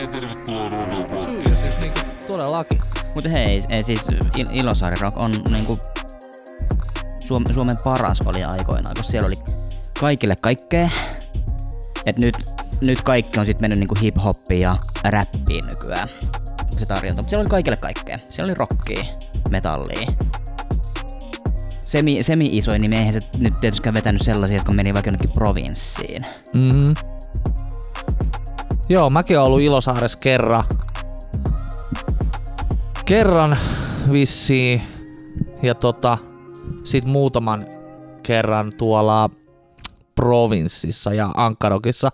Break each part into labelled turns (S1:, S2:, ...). S1: ja tervetuloa Ruudun
S2: Todellakin.
S3: Mutta hei, ei, siis Il- Ilosaari Rock on niinku Suom- Suomen paras oli aikoinaan, kun siellä oli kaikille kaikkea. Et nyt, nyt kaikki on sitten mennyt niinku hip-hoppiin ja räppiin nykyään. Se tarjonta, mutta siellä oli kaikille kaikkea. Siellä oli rockia, metallia. Semi, semi isoin nimi, eihän se nyt tietystikään vetänyt sellaisia, jotka meni vaikka jonnekin provinssiin.
S2: Mm-hmm. Joo, mäkin oon ollut Ilosaaressa kerran. Kerran vissiin. Ja tota, sit muutaman kerran tuolla provinssissa ja Ankarokissa.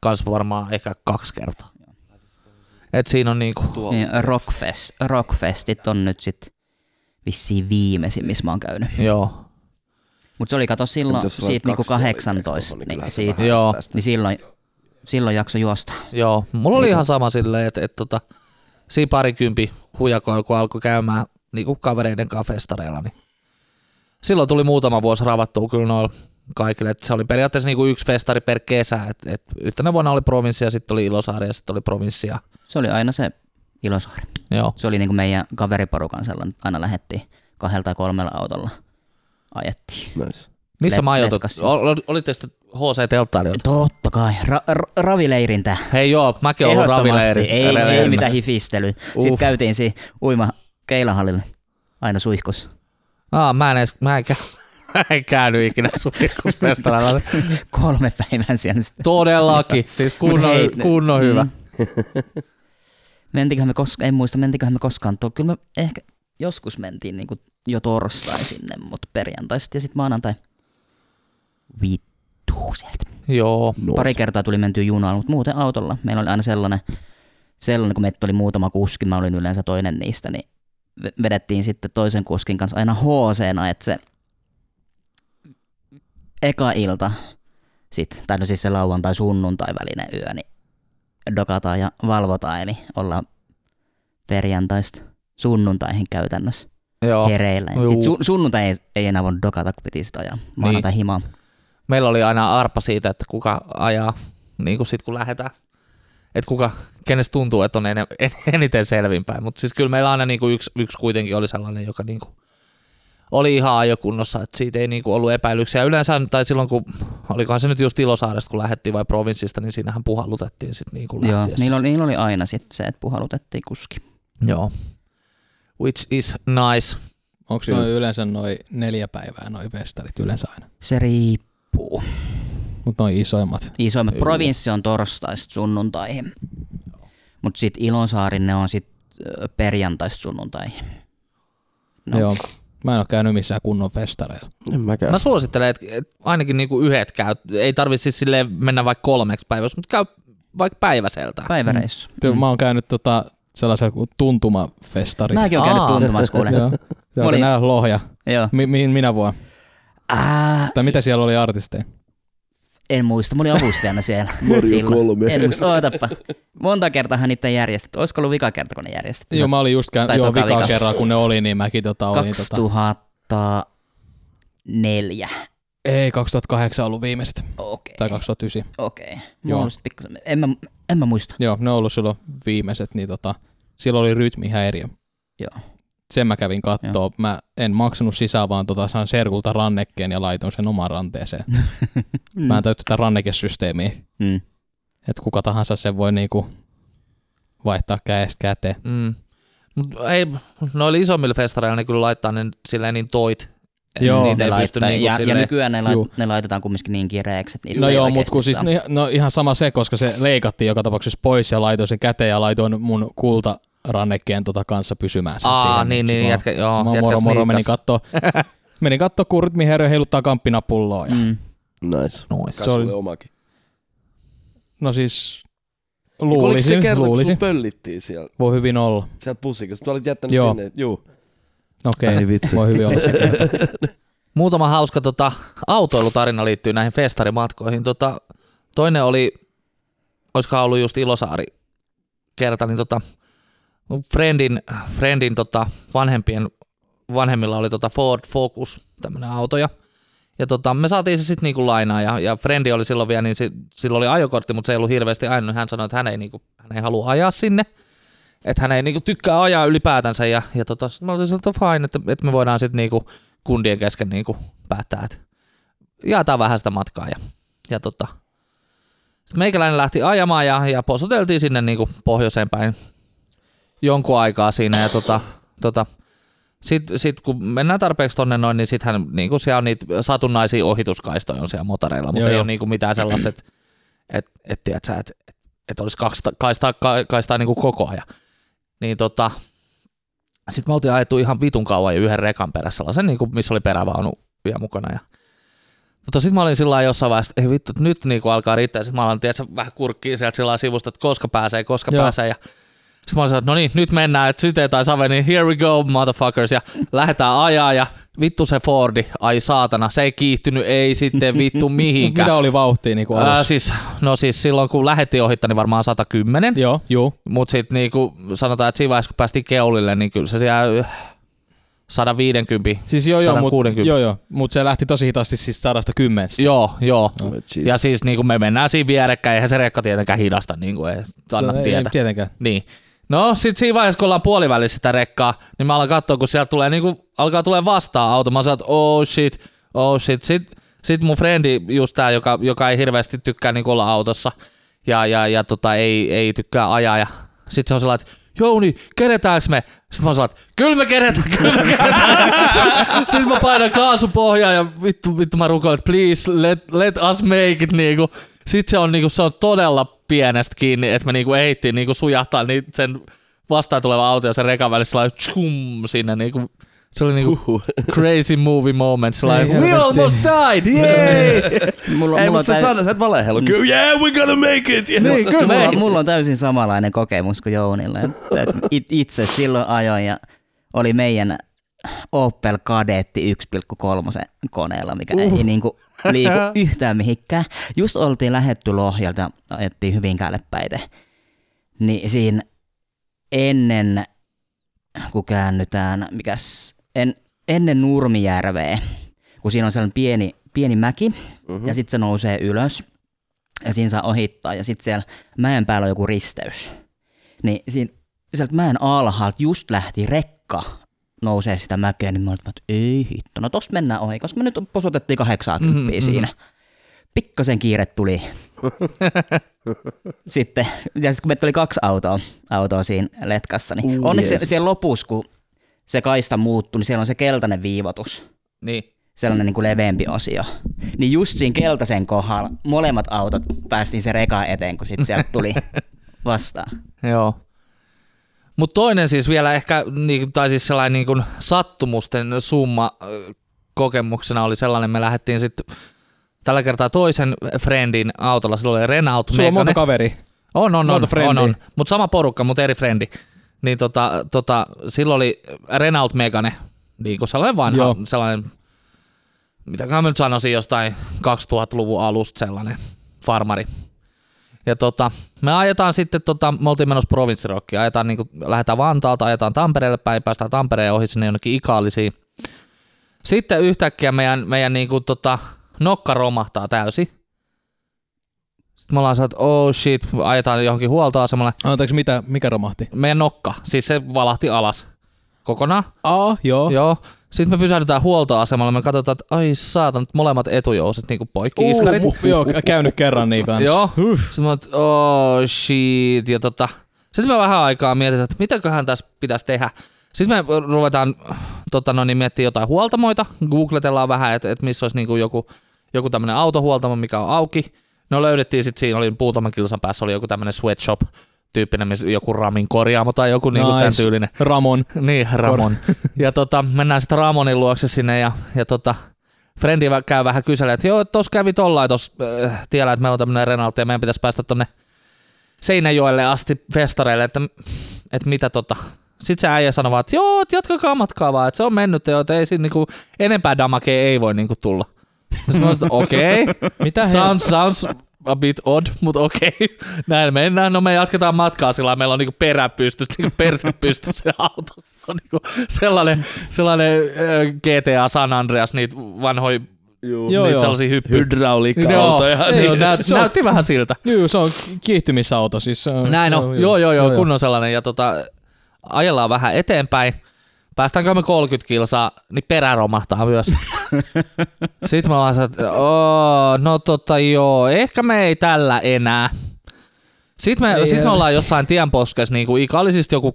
S2: Kans varmaan ehkä kaksi kertaa. Et siinä on niinku...
S3: Niin, rockfest, rockfestit on nyt sit vissiin viimeisin, missä mä oon käynyt.
S2: Joo.
S3: Mutta se oli kato silloin,
S4: Mitäs sulla
S3: siitä
S4: oli
S3: niinku
S4: 18,
S3: 18,
S4: niin
S3: niin,
S4: kyllähän se
S3: siitä,
S4: vähän
S2: Joo.
S4: sitä sitten.
S3: niin silloin, silloin jakso juosta.
S2: Joo, mulla
S3: Niin
S2: oli ihan sama silleen, että et, tota, siinä parikympi hujakoilla, kun alkoi käymään niinku kavereiden kanssa festareilla, niin silloin tuli muutama vuosi ravattua kyllä noilla kaikille. Et se oli periaatteessa niinku yksi festari per kesä. Et, et yhtenä vuonna oli provinssia, sitten oli Ilosaari ja sitten oli provinssia.
S3: Se oli aina se Ilosaari.
S2: Joo.
S3: Se oli niinku meidän kaveriporukan sellainen, aina lähettiin kahdella tai kolmella autolla ajettiin.
S4: Nice.
S2: Missä
S3: Let-
S2: majoitut?
S3: letkassa.
S2: Ol- Olitteko te HC-telttailijoita?
S3: Totta kai, ra- ra- ravileirintä.
S2: Hei joo, mäkin olen ollut ravileiri.
S3: ei, ei mitään hifistelyä. Sitten
S2: Uff.
S3: käytiin siinä uima keilahallilla aina suihkus.
S2: Aa, mä en edes, mä en, kä- mä en käynyt ikinä suihkusfestareilla.
S3: Kolme päivän siellä sitten.
S2: Todellakin, siis
S3: Mut
S2: kunnon,
S3: hei,
S2: kunnon
S3: mm.
S2: hyvä.
S3: Mentiköhän me koskaan, en muista, mentiköhän me koskaan. Tuo, kyllä me ehkä joskus mentiin niin jo torstai sinne, mutta perjantai sitten ja sitten maanantai. Vittu sieltä.
S2: Joo,
S4: Nois.
S3: Pari kertaa tuli mentyä junalla, mutta muuten autolla. Meillä oli aina sellainen, sellainen kun meitä oli muutama kuski, mä olin yleensä toinen niistä, niin ve- vedettiin sitten toisen kuskin kanssa aina hc että se eka ilta, sit, tai no siis se lauantai sunnuntai välinen yö, niin dokataan ja valvotaan, eli ollaan perjantaista sunnuntaihin käytännössä
S2: joo.
S3: hereillä.
S2: Ah, Juu.
S3: Ja sit sun, sunnuntai ei, ei enää voinut dokata, kun piti sitä ajaa maanantai niin. himaan.
S2: Meillä oli aina arpa siitä, että kuka ajaa, niin kuin sit kun lähdetään. Että kuka, kenestä tuntuu, että on enem, en, eniten selvinpäin. Mutta siis kyllä meillä aina niin kuin yksi, yksi kuitenkin oli sellainen, joka niin kuin oli ihan ajokunnossa, että siitä ei niin kuin ollut epäilyksiä. Yleensä, tai silloin kun, olikohan se nyt just Ilosaaresta, kun lähdettiin vai provinssista, niin siinähän puhallutettiin sitten niin kuin
S3: Joo,
S2: lähtiessä.
S3: niillä oli, niillä oli aina sit se, että puhalutettiin kuski.
S2: Joo. Which is nice.
S5: Onko
S4: Kyllä.
S5: noin yleensä noin neljä päivää noin festarit yleensä aina?
S3: Se riippuu.
S5: Mutta noin isoimmat.
S3: Isoimmat provinssi on torstaista sunnuntaihin. Mutta sitten Ilonsaarin ne on sitten perjantaista sunnuntaihin. No.
S5: No. Joo. Mä en ole käynyt missään kunnon festareilla.
S4: En mäkään.
S2: Mä suosittelen, että et ainakin niinku yhdet käy. Ei tarvitse siis silleen mennä vaikka kolmeksi päivässä, mutta käy vaikka päiväseltä.
S3: Päiväreissu.
S5: Mm. Mä oon käynyt tota, sellaisella kuin tuntumafestarit.
S3: Mäkin oon käynyt
S2: Aa.
S3: tuntumassa kuule.
S5: Joo.
S3: Mä olin-
S5: Oli... Nää lohja.
S3: Joo.
S5: Mi- mihin minä vuonna?
S3: Ää,
S5: Tai mitä siellä oli artisteja?
S3: en muista, mä olin avustajana siellä.
S4: Marjo
S3: silloin.
S4: kolme.
S3: En muista, ootappa. Monta kertahan niitä ei järjestetty. Olisiko ollut vika kerta, kun ne järjestettiin?
S5: Joo, mä olin just käyn,
S3: Tai tota
S5: joo,
S3: toka
S5: vika
S3: vika.
S5: kerran, kun ne oli, niin mäkin tota, olin tota,
S3: 2004.
S5: ei 2008 ollut viimeistä,
S3: Okei,
S5: tai 2009.
S3: okei.
S5: Joo.
S3: Okay. Pikkusen... En, mä, en mä muista.
S5: Joo, ne on ollut silloin viimeiset, niin tota, silloin oli rytmihäiriö.
S3: Joo.
S5: Sen mä kävin kattoo. Mä en maksanut sisään, vaan tota, sain serkulta rannekkeen ja laitoin sen omaan ranteeseen. Mä en täytty tätä rannekesysteemiä,
S3: Mm.
S5: että kuka tahansa sen voi niinku vaihtaa käestä käteen.
S2: Mm. Mut ei, noilla isommilla festareilla ne kyllä laittaa ne silleen niin toit. että
S5: Joo.
S2: niitä
S3: ne
S2: ei pysty
S3: laittaa,
S2: niinku
S3: ja, ja
S2: silleen,
S3: nykyään ne,
S5: Juu.
S3: lait, ne laitetaan kumminkin niin kireeksi, että niitä
S5: No
S3: ei
S5: joo,
S3: oikeesti
S5: mutta kun siis
S3: saa.
S5: ne, no ihan sama se, koska se leikattiin joka tapauksessa pois ja laitoin sen käteen ja laitoin mun kulta rannekkeen tota kanssa pysymään sen
S2: Aa,
S5: siihen.
S2: niin,
S5: Se
S2: niin,
S5: vaan-
S2: jätkä, niin, joo,
S5: Mä
S2: jätkä
S5: moro moro menin
S2: sniikas.
S5: kattoo. menin kattoo, kun rytmihäiriö heiluttaa kamppinapulloa. Ja.
S3: Mm.
S4: Nice.
S2: Nois.
S5: Se oli-
S4: Sulle omakin.
S5: No siis
S2: Niin,
S4: Oliko se
S5: luulisin,
S4: kerran, Niin, kun
S5: luulisin.
S4: sun pöllittiin siellä,
S5: Voi hyvin olla.
S4: sieltä pusikasta? Sä olit jättänyt
S5: Joo.
S4: sinne. Juu.
S5: Okei,
S4: Ai
S5: okay.
S4: vitsi.
S5: voi hyvin olla se kerta.
S2: Muutama hauska tota, autoilutarina liittyy näihin festarimatkoihin. Tota, toinen oli, olisikohan ollut just Ilosaari kerta, niin tota, mun friendin, friendin tota, vanhempien, vanhemmilla oli tota Ford Focus, tämmöinen auto, ja, Ja tota, me saatiin se sitten niinku lainaa ja, ja Frendi oli silloin vielä, niin si, sillä oli ajokortti, mutta se ei ollut hirveästi ajanut. Hän sanoi, että hän ei, niinku, hän ei halua ajaa sinne, että hän ei niinku tykkää ajaa ylipäätänsä. Ja, ja tota, sit mä olisin siltä fine, että, että me voidaan sitten niinku kundien kesken niinku päättää, että jaetaan vähän sitä matkaa. Ja, ja tota, sitten meikäläinen lähti ajamaan ja, ja posuteltiin sinne niinku pohjoiseen päin jonkun aikaa siinä. Ja tota, tota, sitten sit kun mennään tarpeeksi tonne noin, niin sittenhän niin siellä on niitä satunnaisia ohituskaistoja on siellä motoreilla, mutta
S5: Joo,
S2: joo, ei
S5: joo.
S2: ole niin mitään sellaista, että et, et, tiedätkö, et, et, et olisi kaksista, kaistaa, ka- kaistaa niin kuin koko ajan. Niin tota, sitten me oltiin ajettu ihan vitun kauan ja yhden rekan perässä sellaisen, niin kuin, missä oli perävaunu vielä mukana. Ja, mutta sitten mä olin sillä lailla jossain vaiheessa, että ei vittu, että nyt niin kuin alkaa riittää. Sitten mä aloin tiedätkö, vähän kurkkiin sieltä sillä lailla sivusta, että koska pääsee, koska
S5: Joo.
S2: Joo. pääsee. Ja sitten mä olin sanonut, että no niin, nyt mennään, että syte tai save, niin here we go, motherfuckers, ja lähdetään ajaa, ja vittu se Fordi, ai saatana, se ei kiihtynyt, ei sitten vittu
S5: Mut
S2: mihinkään.
S5: Mitä oli vauhtia niinku alussa?
S2: Ää, siis, no siis silloin kun lähti ohittaa, niin varmaan 110,
S5: Joo, juu.
S2: mutta sitten niinku, sanotaan, että siinä vaiheessa kun päästiin keulille, niin kyllä se siellä 150.
S5: Siis joo, joo, mut,
S2: 160.
S5: joo, joo, mut se lähti tosi hitaasti siis 110.
S2: Joo, joo.
S4: No, Jesus.
S2: Ja siis niinku me mennään siinä vierekkäin, eihän se rekka tietenkään hidasta, niinku, ei anna
S5: No Ei-
S2: tietä.
S5: Ei, tietenkään.
S2: Niin. No sit siinä vaiheessa, kun ollaan puolivälissä sitä rekkaa, niin mä alan katsoa, kun sieltä tulee, niin kuin, alkaa tulee vastaan auto. Mä sanon, että oh shit, oh shit. Sit, sit mun frendi, just tää, joka, joka ei hirveästi tykkää niin olla autossa ja, ja, ja tota, ei, ei tykkää ajaa. Ja sit se on sellainen, että Jouni, keretäänkö me? Sitten mä sanon, että kyllä me keretään, kyllä me keretään. Sitten mä painan kaasupohjaa ja vittu, vittu mä rukoilen, että please let, let us make it niinku. Sitten se on, niinku, se on todella pienestä kiinni, että me niinku ehdittiin niinku sujahtaa niin sen vastaan tuleva auto ja sen rekan välissä sellainen tschum sinne niinku. Se oli niinku crazy movie moment, sellainen we almost died, yay!
S3: Mulla,
S4: Ei,
S3: mulla,
S4: mutta
S3: on
S4: sä
S3: täy-
S4: sanot, sä et valehdellut. Kyllä, yeah, we're gonna make it. Yes.
S2: niin, kyllä me
S3: mulla,
S2: ei-
S3: mulla on täysin samanlainen kokemus kuin Jounilla. Että et it- itse silloin ajoin ja oli meidän Opel Kadetti 1,3 koneella, mikä ei
S2: Uh.
S3: niinku liiku yhtään mihinkään. Just oltiin lähetty Lohjalta, ajettiin Hyvinkäälle päite. Niin siinä ennen, kun käännytään, mikäs, en, ennen Nurmijärveä, kun siinä on sellainen pieni, pieni mäki, mm-hmm. ja sitten se nousee ylös, ja siinä saa ohittaa, ja sitten siellä mäen päällä on joku risteys. Niin siinä, sieltä mäen alhaalta just lähti rekka nousee sitä mäkeä, niin mä olin, että ei hitto, no tosta mennään ohi, koska me nyt posotettiin 80
S2: Mhm,
S3: mm-hmm.
S2: mhm.
S3: siinä. Pikkasen kiire tuli. sitten, ja sitten kun meitä oli kaksi autoa, autoa siinä letkassa, niin
S4: Uu,
S3: onneksi
S4: Jeesus.
S3: Jeesus. siellä lopussa, kun se kaista muuttui, niin siellä on se keltainen viivotus
S2: Niin.
S3: sellainen niin kuin leveämpi osio. Niin just siinä keltaisen kohdalla molemmat autot päästiin se reka eteen, kun sitten sieltä tuli vastaan.
S2: Joo. Mutta toinen siis vielä ehkä, niin, tai siis sellainen niin kuin sattumusten summa ö, kokemuksena oli sellainen, me lähdettiin sitten tällä kertaa toisen friendin autolla, sillä oli Renault
S5: Sulla on monta
S2: Megane.
S5: kaveri.
S2: On, on, on,
S5: monta
S2: on,
S5: friendiä.
S2: on. Mutta sama porukka, mutta eri frendi. Niin tota, tota, silloin oli Renault Megane, niin kuin sellainen vanha,
S5: Joo.
S2: Joo. sellainen, mitäköhän mä nyt sanoisin, jostain 2000-luvun alusta sellainen farmari. Ja tota, me ajetaan sitten, tota, me oltiin menossa provinssirokkiin, ajetaan niin kuin, lähdetään Vantaalta, ajetaan Tampereelle päin, päästään Tampereen ohi sinne jonnekin Ikaalisiin. Sitten yhtäkkiä meidän, meidän niin kuin, tota, nokka romahtaa täysin. Sitten me ollaan saatu, oh shit, ajetaan johonkin huoltoasemalle.
S5: Anteeksi, mitä, mikä romahti?
S2: Meidän nokka, siis se valahti alas kokonaan.
S5: Aa, joo.
S2: Joo. Sitten me pysähdytään huoltoasemalla, me katsotaan, että ai saatan, nyt molemmat etujouset niinku poikki
S5: Uu,
S2: iskarit.
S5: mu- joo, kä- käynyt kerran niin kanssa.
S2: Joo. Sitten mä oon, että oh shit. Ja tota, sitten mä vähän aikaa mietitään, että mitäköhän tässä pitäisi tehdä. Sitten me ruvetaan tota, no, niin miettimään jotain huoltamoita. Googletellaan vähän, että et missä olisi niinku joku, joku tämmöinen autohuoltamo, mikä on auki. No löydettiin sitten siinä, oli muutaman kilsan päässä oli joku tämmöinen sweatshop tyyppinen, missä joku ramin korjaamo tai joku niinku tämän
S5: Nice.
S2: tyylinen.
S5: Ramon.
S2: Niin, Ramon. ja tota, mennään sitten Ramonin luokse sinne ja, ja tota, Frendi vä- käy vähän kyselemään, että joo, tos kävi tollain tos äh, tiellä, että meillä on tämmönen Renault ja meidän pitäisi päästä tonne Seinäjoelle asti festareille, että, että mitä tota. Sitten se äijä sanoi vaan, että joo, että jatkakaa matkaa vaan, että se on mennyt, ja että ei siinä niinku, enempää damakea ei voi niinku tulla. Sitten mä olin, että okei, okay.
S5: Mitä he?
S2: sounds, sounds a bit odd, mutta okei, okay. näin mennään. No me jatketaan matkaa sillä lailla. meillä on niinku perä pystyssä, niinku perse pystyssä siinä autossa. Se on niinku sellainen, sellainen ö, GTA San Andreas, niitä vanhoja
S4: Juu.
S5: Joo,
S2: Niitä
S5: joo.
S2: sellaisia hyppyjä.
S4: Hydrauliikka-autoja.
S2: Joo,
S4: niin.
S2: joo, näyt,
S5: Se on-
S2: näytti vähän siltä.
S5: Joo, se on kiihtymisauto. Siis se on,
S2: Näin on, joo joo joo, kunnon sellainen. Ja tota, ajellaan vähän eteenpäin. Päästäänkö me 30 kilsaa, niin perä romahtaa myös. Sitten me ollaan se, että "Oo, no tota joo, ehkä me ei tällä enää. Sitten me,
S5: Ei
S2: sit me
S5: helvetti.
S2: ollaan jossain tienposkessa, niin kuin Ika oli siis joku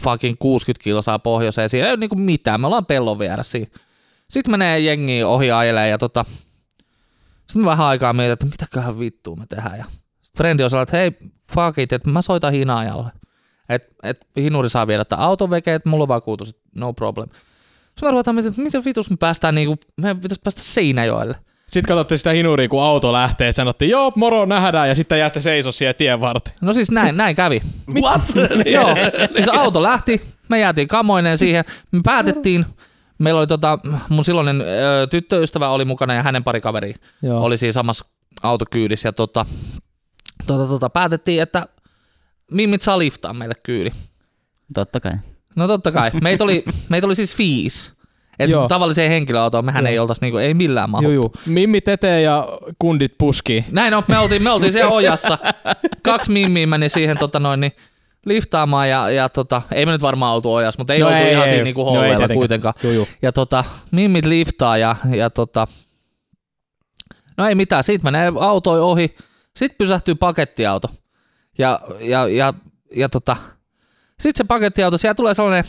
S2: fucking 60 kilsaa pohjoiseen, siinä ei ole niinku mitään, me ollaan pellon vieressä. siinä. Sitten menee jengi ohi ajelee ja tota, sitten me vähän aikaa mietin, että mitäköhän vittua me tehdään. Ja sit frendi on sellainen, että hei fuck it, että mä soitan hinaajalle. Että et, hinuri saa viedä tämän auton veke, että mulla on vakuutus, et no problem. Sitten me ruvetaan miettimään, että miten vitus me päästään, niinku, meidän pitäisi päästä Seinäjoelle.
S5: Sitten katsotte sitä hinuria, kun auto lähtee, sanotte, joo, moro, nähdään, ja sitten jäätte seiso siellä tien varten.
S2: No siis näin, näin kävi.
S4: What?
S2: Joo, siis auto lähti, me jäätiin kamoineen siihen, me päätettiin, meillä oli tota, mun silloinen ö, tyttöystävä oli mukana ja hänen pari kaveri
S5: Joo.
S2: oli siinä samassa autokyydissä ja tota, tota, tota, päätettiin, että Mimmit saa liftaa meille kyydi.
S3: Totta kai.
S2: No totta kai, meitä oli, meitä oli siis viisi. Et
S5: Joo.
S2: tavalliseen henkilöautoon mehän ei oltaisi niinku, ei millään mahu.
S5: Juu, juu. Mimmit eteen ja kundit puski.
S2: Näin on, me oltiin, me oltiin siellä ojassa. Kaksi mimmiä meni siihen tota noin, niin liftaamaan ja, ja tota, ei me nyt varmaan oltu ojassa, mutta ei no oltu ei, ihan ei, siinä niinku
S5: ei
S2: holleilla
S5: tietenkään.
S2: kuitenkaan.
S5: Juu, juu.
S2: Ja tota, mimmit liftaa ja, ja tota, no ei mitään, siitä menee autoi ohi, sitten pysähtyy pakettiauto. Ja, ja, ja, ja tota, sitten se pakettiauto, siellä tulee sellainen,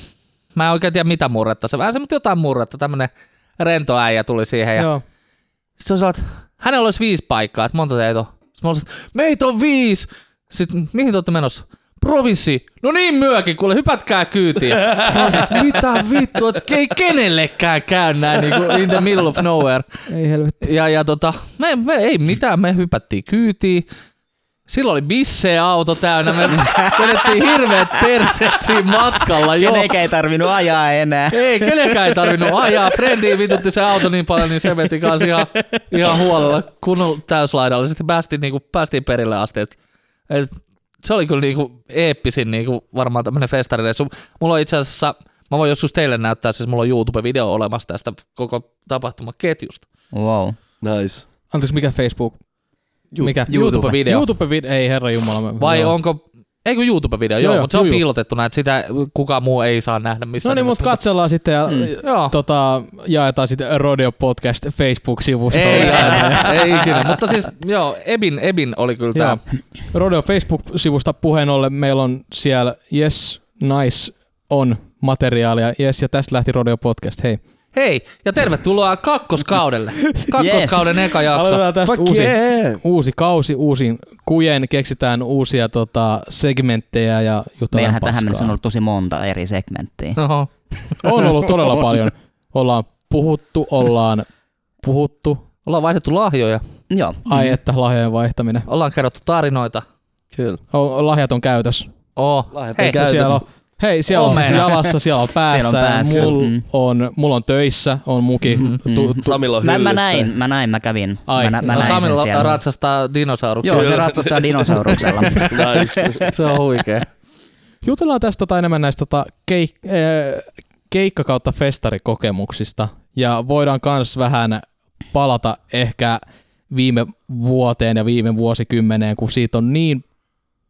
S2: mä en oikein tiedä mitä murretta, se vähän se, mutta jotain murretta, tämmönen rento äijä tuli siihen ja
S5: Joo.
S2: sitten se on sellainen, että hänellä olisi viisi paikkaa, että monta teitä on. Sitten mä olisin, että meitä on viisi. Sitten mihin te olette menossa? Provinssi. No niin myökin, kuule hypätkää kyytiin. Sitten mä olisin, että mitä vittua, että ei kenellekään käy näin niin kuin in the middle of nowhere.
S5: Ei helvetti.
S2: Ja, ja tota, me, me, ei mitään, me hypättiin kyytiin. Silloin oli bissejä auto täynnä, me vedettiin hirveät perseet siinä matkalla jo.
S3: Kenekä ei tarvinnut ajaa enää.
S2: Ei, kenenkään ei tarvinnut ajaa. Frendi vitutti se auto niin paljon, niin se veti kanssa ihan, ihan huolella kunnon täyslaidalla. Sitten päästiin, niinku, päästiin perille asti. Et, et, se oli kyllä niinku eeppisin niinku, varmaan tämmöinen festarireissu. Mulla on itse asiassa, mä voin joskus teille näyttää, siis mulla on YouTube-video olemassa tästä koko tapahtumaketjusta.
S3: Wow.
S4: Nice.
S5: Anteeksi, mikä Facebook?
S4: Ju-
S5: mikä?
S2: YouTube-video.
S5: YouTube-video. Ei herra jumala. mä-
S2: Vai
S5: joo.
S2: onko, eikö YouTube-video? Joo,
S5: Joo, joo,
S2: mutta se on
S5: juu, juu.
S2: piilotettuna, että sitä kukaan muu ei saa nähdä missään.
S5: No niin, mutta
S2: nimessä.
S5: katsellaan sitten ja
S2: Mm. Joo.
S5: tota, jaetaan sitten Rodeo Podcast Facebook-sivustoon.
S2: Ei,
S5: Ja-
S2: älä, ei ikinä, mutta siis joo, Ebin, Ebin oli kyllä tämä
S5: Joo. Rodeo Facebook-sivusta puheen ollen meillä on siellä Yes, Nice on materiaalia. Yes, ja tästä lähti Rodeo Podcast. Hei.
S2: Hei, ja tervetuloa kakkoskaudelle. Kakkoskauden eka jakso.
S5: Aloitetaan tästä
S4: Fuck
S5: uusi,
S4: yeah.
S5: uusi kausi, uusin kujen, keksitään uusia tota, segmenttejä ja jutellaan
S3: Meillähän tähän mennessä
S5: paskaa.
S3: on ollut tosi monta eri segmenttiä.
S2: Oho.
S5: on ollut todella paljon. Ollaan puhuttu, ollaan puhuttu.
S2: Ollaan vaihdettu lahjoja,
S3: Joo.
S5: Ai että lahjojen vaihtaminen.
S2: ollaan kerrottu tarinoita.
S4: Kyllä.
S5: O- Lahjat on käytös.
S2: Oh.
S4: Lahjat
S2: Hei,
S4: on käytössä.
S5: Siellä on, hei, siellä on
S2: Omena.
S5: jalassa, siellä on päässä.
S3: Siellä on päässä.
S5: Mul,
S3: Mm.
S5: on, mulla on töissä, on muki.
S3: Mm,
S5: Tu,
S3: mm.
S5: tu,
S4: Samilla on
S3: Mä,
S4: hyllyssä.
S3: mä näin, mä näin, mä kävin.
S5: Ai.
S3: Mä, nä- mä
S2: no,
S3: näin sen
S2: Samilla
S3: siellä.
S2: ratsastaa dinosauruksia.
S3: Joo, se
S4: Kyllä.
S3: ratsastaa dinosauruksella. Mm,
S4: Nice.
S2: Se on huikea.
S5: jutellaan tästä tota enemmän näistä tota keik, äh, keikka kautta festarikokemuksista. Ja voidaan kans vähän palata ehkä viime vuoteen ja viime vuosikymmeneen, kun siitä on niin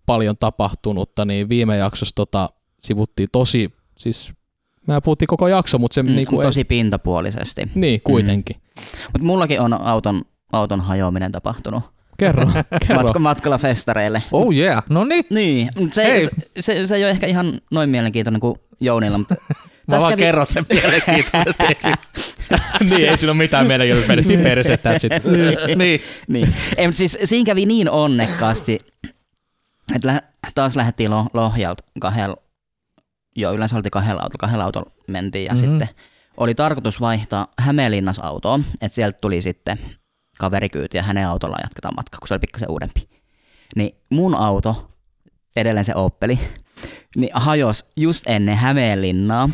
S5: paljon tapahtunutta, niin viime jaksossa tota, sivuttiin tosi, siis mä puhuttiin koko jakso, mutta se
S3: Mm,
S5: mm, niinku ei,
S3: tosi pintapuolisesti.
S5: niin kuitenkin. Mm.
S3: Mutta mullakin on auton, auton hajoaminen tapahtunut
S5: Kerro, kerro.
S3: Matka, matkalla festareille.
S2: Oh yeah, no niin.
S3: Niin, mut se,
S2: Hei.
S3: se, se, se ei ole ehkä ihan noin mielenkiintoinen kuin Jounilla, mutta
S2: Mä vaan
S3: kävi-
S2: kerron sen mielenkiintoisesti.
S5: niin, ei siinä ole mitään mielenkiintoista, vedettiin persettä sitten.
S2: niin.
S3: niin. Ei, mut siis siinä kävi niin onnekkaasti, että lä- taas lähdettiin lo- Lohjalta kahdella, joo yleensä oltiin kahdella autolla, kahdella autolla mentiin ja
S2: Mhm.
S3: mm-hmm. sitten oli tarkoitus vaihtaa Hämeenlinnas autoon, että sieltä tuli sitten kaverikyyti ja hänen autollaan jatketaan matka, kun se oli pikkasen uudempi. Niin mun auto, edelleen se Opeli, niin hajos just ennen Hämeenlinnaa.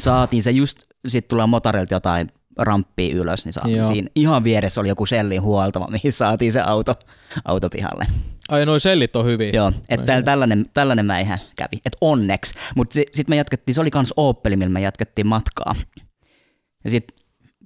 S3: Saatiin se just, sit tulee motorilta jotain ramppia ylös, niin saatiin
S5: Joo.
S3: siinä. Ihan vieressä oli joku sellin huoltava, mihin saatiin se auto, auto pihalle.
S5: Ai, noi sellit on hyviä.
S3: Joo, että täl- tällainen, tällainen mä ihan kävi, että onneksi. Mutta sitten me jatkettiin, se oli kans Opel, millä me jatkettiin matkaa. Ja sitten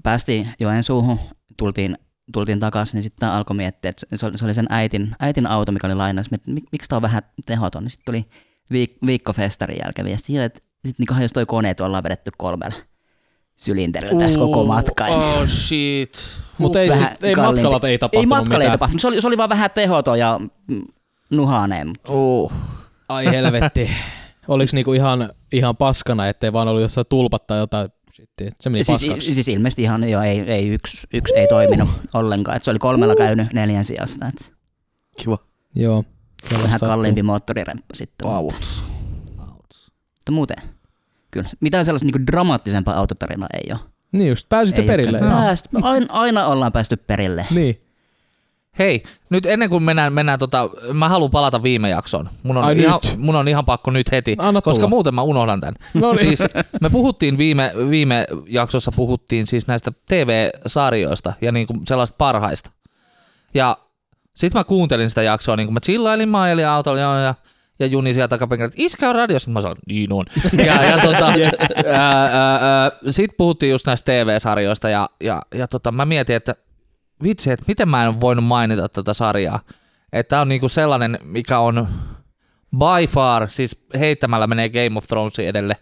S3: päästiin Joensuuhun, tultiin, tultiin takaisin, niin sitten alkoi miettiä, että se- se oli, se oli sen äitin, äitin auto, mikä oli lainassa, että mik, miksi tämä on vähän tehoton, niin sitten tuli viik, viikko festarin jälkeen viesti, että sitten niin jos toi kone, että ollaan vedetty kolmella sylinterillä tässä koko matka. että-
S2: Oh shit.
S5: Mutta ei,
S3: Vähän
S5: siis, ei
S3: kalliimpi.
S5: matkalla ei
S3: Ei
S5: tapahtunut
S3: matkalla ei
S5: mitään.
S3: tapahtunut, se oli, se oli vaan vähän tehoton ja mm, nuhaneen.
S2: Uh.
S5: Ai helvetti. Oliko niinku ihan, ihan paskana, ettei vaan ollut jossain tulpat tai jotain shittiä. Se
S2: Niin
S5: meni
S3: Siis,
S5: paskaksi.
S3: siis ilmeisesti ihan jo ei, ei yksi, yksi ei toiminut ollenkaan, että se oli kolmella käynyt neljän sijasta, että
S4: Kiva.
S5: Joo.
S3: siis vähän kalliimpi moottoriremppa sitten. Wow.
S2: Outs. Outs.
S3: Mutta muuten, kyllä. Mitään sellaista niinku dramaattisempaa autotarinaa ei ole.
S5: Niin just, pääsitte
S3: ei
S5: perille.
S3: ole.
S5: Joo.
S3: Pääst, aina, aina ollaan päästy perille.
S5: Niin.
S2: Hei, nyt ennen kuin mennään, mennään tota, mä haluan palata viime jaksoon. Mun on,
S5: Ai
S2: ihan,
S5: nyt?
S2: mun on ihan pakko nyt heti,
S5: Anna
S2: koska
S5: tulla.
S2: muuten mä unohdan tämän.
S5: No niin.
S2: Siis me puhuttiin viime, viime jaksossa puhuttiin siis näistä TV-sarjoista ja niinku sellaista parhaista. Ja sit mä kuuntelin sitä jaksoa, niin kun mä chillailin, mä ajelin autolla joo, ja, ja Juni siellä takapenkillä, että iskä on radio, sit mä sanoin, niin on. Ja, ja tota, ää, ää, ää, sit puhuttiin just näistä TV-sarjoista ja, ja, ja tota, mä mietin, että vitsi, että miten mä en ole voinut mainita tätä sarjaa. Että tää on niinku sellainen, mikä on by far, siis heittämällä menee Game of Thrones edelle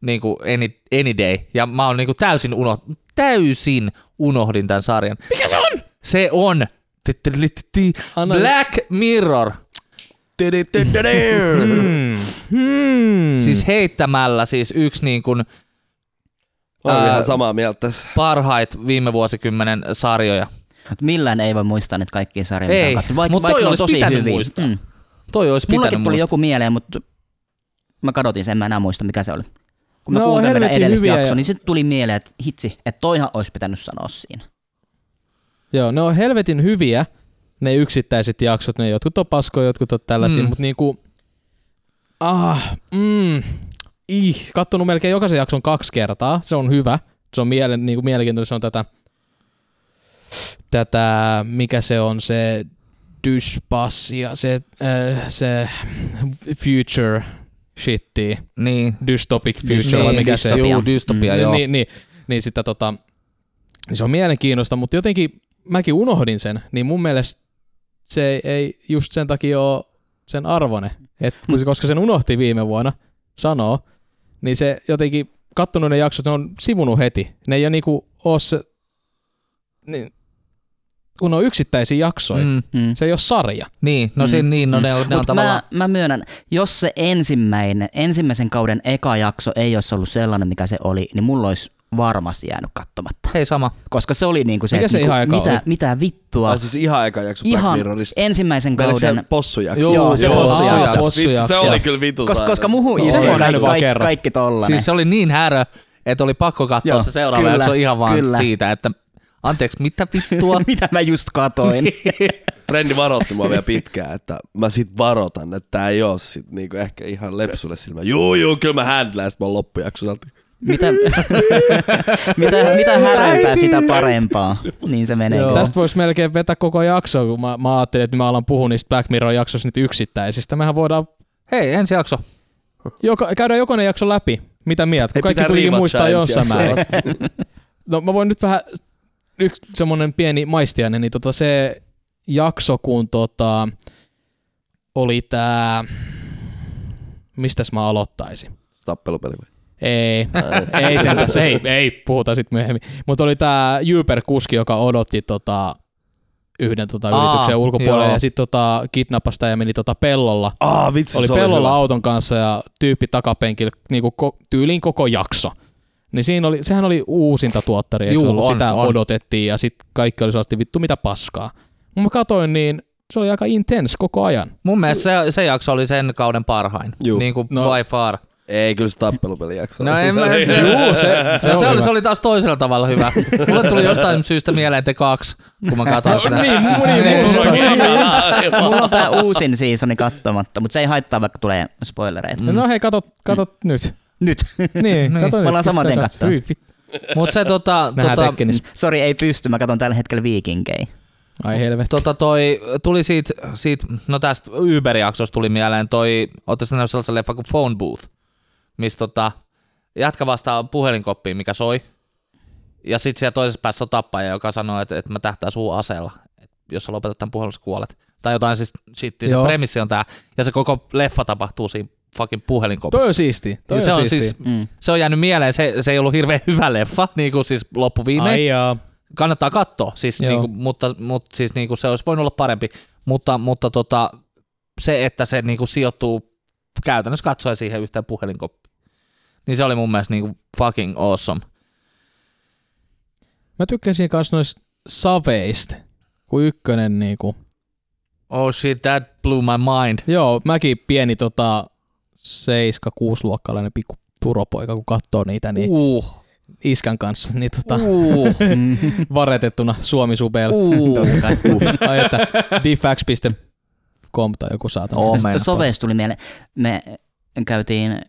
S2: niinku any, any day. Ja mä oon niinku täysin, uno, täysin unohdin tämän sarjan. Mikä se on? Se on ti-ti-li-ti-ti,
S5: Anna-
S2: Black Mirror.
S5: Mm. Hmm.
S2: Siis heittämällä siis yksi niin kuin
S4: Olen
S2: Ää,
S4: ihan samaa mieltä tässä.
S2: parhait viime vuosikymmenen sarjoja.
S3: Mut Millään ei voi muistaa nyt kaikkia sarjoja, mitä
S2: Ei,
S3: on katsonut, vaikka,
S2: mut toi
S3: vaikka ne on
S2: olisi
S3: tosi
S2: pitänyt
S3: hyviä. Mm.
S2: muistaa. Toi olisi pitänyt
S3: Mullakin tuli
S2: muistaa.
S3: joku mieleen, mutta mä kadotin sen, en mä enää muista mikä se oli. Kun mä
S5: No,
S3: no, kuuntelin meidän
S5: helvetin
S3: edellistä
S5: hyviä
S3: jaksoa,
S5: ja-
S3: niin sitten tuli mieleen, että hitsi, että toihan olisi pitänyt sanoa siinä.
S5: Joo, ne on helvetin hyviä, ne yksittäiset jaksot, ne jotkut on paskoja, jotkut on tällaisia,
S2: Mm.
S5: mm. mutta niinku, ah, mm, ih, kattonut melkein jokaisen jakson kaksi kertaa, se on hyvä, se on mielen, niinku mielenkiintoinen, se on tätä, tätä, mikä se on se dyspassia, se, äh, se future shitti,
S2: Niin.
S5: dystopic future, vai
S2: Niin,
S5: mikä se
S2: dystopia. Juu, dystopia,
S3: Mm.
S2: joo.
S5: niin, niin, niin sitä tota, niin se on mielenkiintoista, mutta jotenkin mäkin unohdin sen, niin mun mielestä se ei, ei just sen takia ole sen arvone. Et, kun se- koska sen unohti viime vuonna sanoa, niin se jotenkin kattonut ne jaksot, ne on sivunut heti. Ne ei ole niinku oo se, niin, kun ne on yksittäisiä jaksoja. Mm.
S2: Mm,
S3: Mm.
S5: Se ei ole sarja.
S2: niin, no,
S3: Mm,
S2: se, niin, no ne, on, ne on
S3: Mut
S2: tavallaan...
S3: mä, mä myönnän, jos se ensimmäinen, ensimmäisen kauden eka jakso ei olisi ollut sellainen, mikä se oli, niin mulla olisi varmasti jäänyt katsomatta.
S2: Hei sama.
S3: Koska se oli niinku se,
S5: Mikä
S3: että
S5: se
S3: niinku,
S5: ihan eka oli?
S3: mitä, mitä vittua.
S4: Ah, siis ihan eka jakso Black
S3: ihan
S4: Mirrorista.
S3: ensimmäisen
S4: Meneekö se
S3: kauden.
S4: possujakso?
S2: Joo, Joo, se joo, possujakso.
S5: possujakso.
S4: Vitsi, se
S5: Possujakso.
S4: oli kyllä vitu
S3: Koska, koska
S4: sairas.
S3: muhu
S5: No, se
S3: iskee
S5: on
S3: kaikki,
S5: nähnyt vaan
S3: kaikki,
S5: kerran.
S3: kaikki tollanen.
S2: Siis se oli niin härö, että oli pakko katsoa
S3: Joo,
S2: se seuraava
S3: kyllä,
S2: jakso ihan vaan
S3: kyllä.
S2: siitä, että anteeksi, mitä vittua?
S3: mitä mä just katoin.
S4: Frendi varoitti mua vielä pitkään, että mä sit varoitan, että tää ei oo sit niinku ehkä ihan lepsulle silmä. Juu, juu, kyllä mä handlaan, sit mä oon loppujakso. Sä
S3: mitä, mitä, mitä härempää sitä parempaa. Niin se menee.
S5: Joo.
S3: kyllä.
S5: Tästä voisi melkein vetää koko jakso, kun mä, mä ajattelin, että mä alan puhua niistä Black Mirror-jaksoista nyt yksittäisistä. Mehän voidaan
S2: Hei, ensi jakso.
S5: Joka, käydään jokainen jakso läpi. Mitä mieltä? Kun
S4: Ei,
S5: kaikki
S4: pitää
S5: kuitenkin
S4: riivatsaa
S5: muistaa
S4: ensi
S5: jossain
S4: jaksoa
S5: määrin. No mä voin nyt vähän, yksi semmonen pieni maistiainen, niin tota se jakso, kun tota, oli tää, mistäs mä aloittaisin?
S4: Tappelupeli vai?
S5: Ei, ei sen tässä, ei, ei, puhutaan sitten myöhemmin. Mutta oli tää Uber-kuski, joka odotti tota, yhden tota
S2: Aa,
S5: yrityksen ulkopuolelle
S2: joo.
S5: ja sitten tota, kidnappasi tän ja meni tota pellolla
S4: Ah, vitsi,
S5: Siis oli
S4: se
S5: pellolla
S4: hyvä.
S5: auton kanssa ja tyyppi takapenkillä niinku ko- tyyliin koko jakso. Niin siinä oli, sehän oli uusinta tuottaria, eikö
S2: Juu,
S5: ollut?
S2: on,
S5: sitä
S2: on.
S5: odotettiin ja sitten kaikki oli sellaista vittu mitä paskaa. Mut mä katoin niin se oli aika intens koko ajan.
S2: Mun mielestä se, se jakso oli sen kauden parhain.
S4: Juu.
S2: Niin kuin
S5: No.
S2: no. by far.
S4: Ei, kyllä se tappelupeli jakso.
S2: No en mä... No,
S5: Juu, se,
S2: Se, se, oli,
S5: hyvä.
S2: se oli taas toisella tavalla hyvä. Mulle tuli jostain syystä mieleen te kaksi, kun mä katsoin sitä.
S5: niin, mu- niin,
S2: Ei,
S5: musta.
S3: Mulla on tää uusin seasoni kattomatta, mutta se ei haittaa, vaikka tulee spoilereita.
S5: No hei, katot, katot nyt.
S3: Nyt.
S5: Niin,
S2: Niin.
S5: kato nyt.
S3: ollaan saman tien katsoa.
S2: Mut se tota,
S5: Nähdään
S2: tota,
S5: tekkinis.
S3: Sori, ei pysty. Mä katson tällä hetkellä viikinkei.
S5: Ai helvetti.
S2: tota toi, tuli siitä, siitä no tästä Uber-jaksosta tuli mieleen toi, ootte nähnyt sellaisen leffa kuin Phone Booth, missä tota, jätkä vastaa puhelinkoppiin, mikä soi. Ja sitten siellä toisessa päässä on tappaja, joka sanoo, että, että mä tähtään suu aseella. Et jos sä lopetat tämän puhelun, sä kuolet. Tai jotain siis shittiä. Se
S5: Joo.
S2: premissi on tää. Ja se koko leffa tapahtuu siinä fucking puhelinkopissa.
S5: Toi on siisti. Toi
S2: se, on
S5: siisti.
S2: siis,
S3: Mm.
S2: se on jäänyt mieleen, se, se ei ollut hirveän hyvä leffa, niin kuin siis loppuviimein
S5: Ai jaa.
S2: kannattaa katsoa, siis
S5: Joo.
S2: niinku, mutta, mutta siis niinku se olisi voinut olla parempi, mutta, mutta tota, se, että se niinku sijoittuu käytännössä katsoen siihen yhteen puhelinkoppiin, niin se oli mun mielestä niinku fucking awesome.
S5: Mä tykkäsin kans noista saveista, kun ykkönen niinku.
S2: Oh shit, that blew my mind.
S5: Joo, mäkin pieni tota 7-6 luokkalainen pikku turopoika, kun katsoo niitä, niin
S2: Uh,
S5: iskän kanssa, niin tota,
S2: uh,
S3: Mm.
S5: varretettuna suomisupeilla.
S2: uh.
S5: Ai että dfax.com tai joku saatana.
S2: Oo,
S5: Siis-
S2: meinaa.
S3: Soveista tuli mieleen. Me käytiin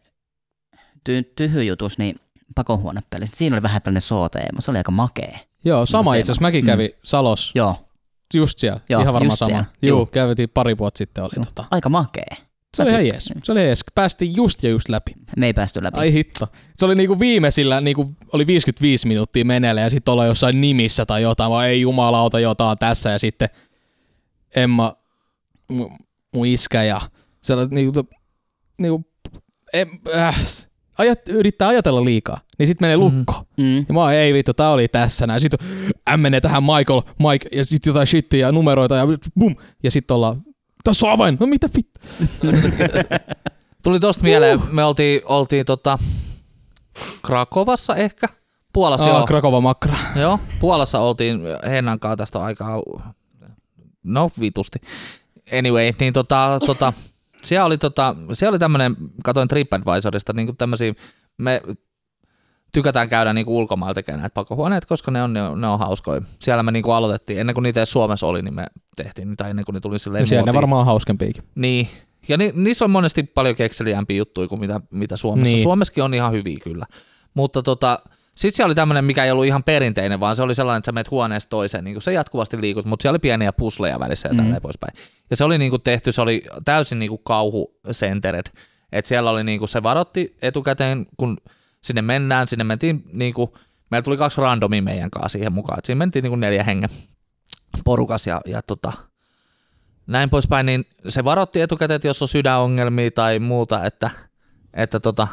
S3: ty- tyhjyjutus, niin pakohuonepelissä. Siinä oli vähän tällainen sooteema. Se oli aika makee.
S5: Joo, sama
S3: Teema.
S5: itse asiassa. Mäkin
S3: Mm.
S5: kävin Salos
S3: Joo,
S5: just siellä.
S3: Joo,
S5: ihan varmaan
S3: just
S5: sama.
S3: siellä.
S5: Juu,
S3: Juu.
S5: kävitiin pari vuotta sitten oli
S3: Joo.
S5: tota.
S3: aika makee.
S5: Se oli ihan jees. Se oli ihan jees. Päästiin just ja just läpi.
S3: Me ei päästy läpi.
S5: Ai hitto. Se oli niinku viimeisillä, niinku, oli 55 minuuttia meneillä ja sitten ollaan jossain nimissä tai jotain, vaan ei jumalauta jotain tässä ja sitten Emma, mun, mun iskä ja se oli niinku, to- niinku em, äh, ajat, yrittää ajatella liikaa, niin sitten menee lukko. Mm.
S3: Mm.
S2: Niin
S5: Ja mä oon, ei vittu, tää oli tässä näin. Sitten M menee tähän Michael, Mike, ja sitten jotain shittiä ja numeroita ja bum. Ja sitten ollaan, tässä on avain, no mitä vittu.
S2: Tuli tosta mieleen, me oltiin, oltiin tota, Krakovassa ehkä, Puolassa
S5: Aa,
S2: joo.
S5: Krakova makkara.
S2: Joo, Puolassa oltiin Hennan kanssa tästä on aikaa, no vitusti. Anyway, niin tota, tota, siellä oli, tota, siellä oli tämmöinen, katoin TripAdvisorista, niin kuin tämmöisiä, me tykätään käydä niin kuin ulkomailla tekemään näitä pakohuoneet, koska ne on, ne on, ne on hauskoja. Siellä me niin kuin aloitettiin, ennen kuin niitä edes Suomessa oli, niin me tehtiin, niitä, tai ennen kuin ne tuli silleen
S5: No siellä ne
S2: muotiin.
S5: varmaan on hauskempiakin.
S2: Niin, ja ni, niissä on monesti paljon kekseliämpiä juttuja kuin mitä, mitä Suomessa.
S5: Niin.
S2: Niin. Suomessakin on ihan hyviä kyllä. Mutta tota, sitten siellä oli tämmöinen, mikä ei ollut ihan perinteinen, vaan se oli sellainen, että sä menet huoneesta toiseen, niin kuin sä jatkuvasti liikut, mutta siellä oli pieniä pusleja välissä ja
S3: Mm.
S2: mm. tälleen poispäin. Ja se oli niin kuin tehty, se oli täysin niin kuin kauhusentered. Et siellä oli niin kuin se varotti etukäteen, kun sinne mennään, sinne mentiin niin kuin, meillä tuli kaksi randomia meidän kanssa siihen mukaan. Et siinä mentiin niin kuin neljä hengen porukas ja, ja tota, näin poispäin, niin se varoitti etukäteen, että jos on sydänongelmia tai muuta, että, että tota,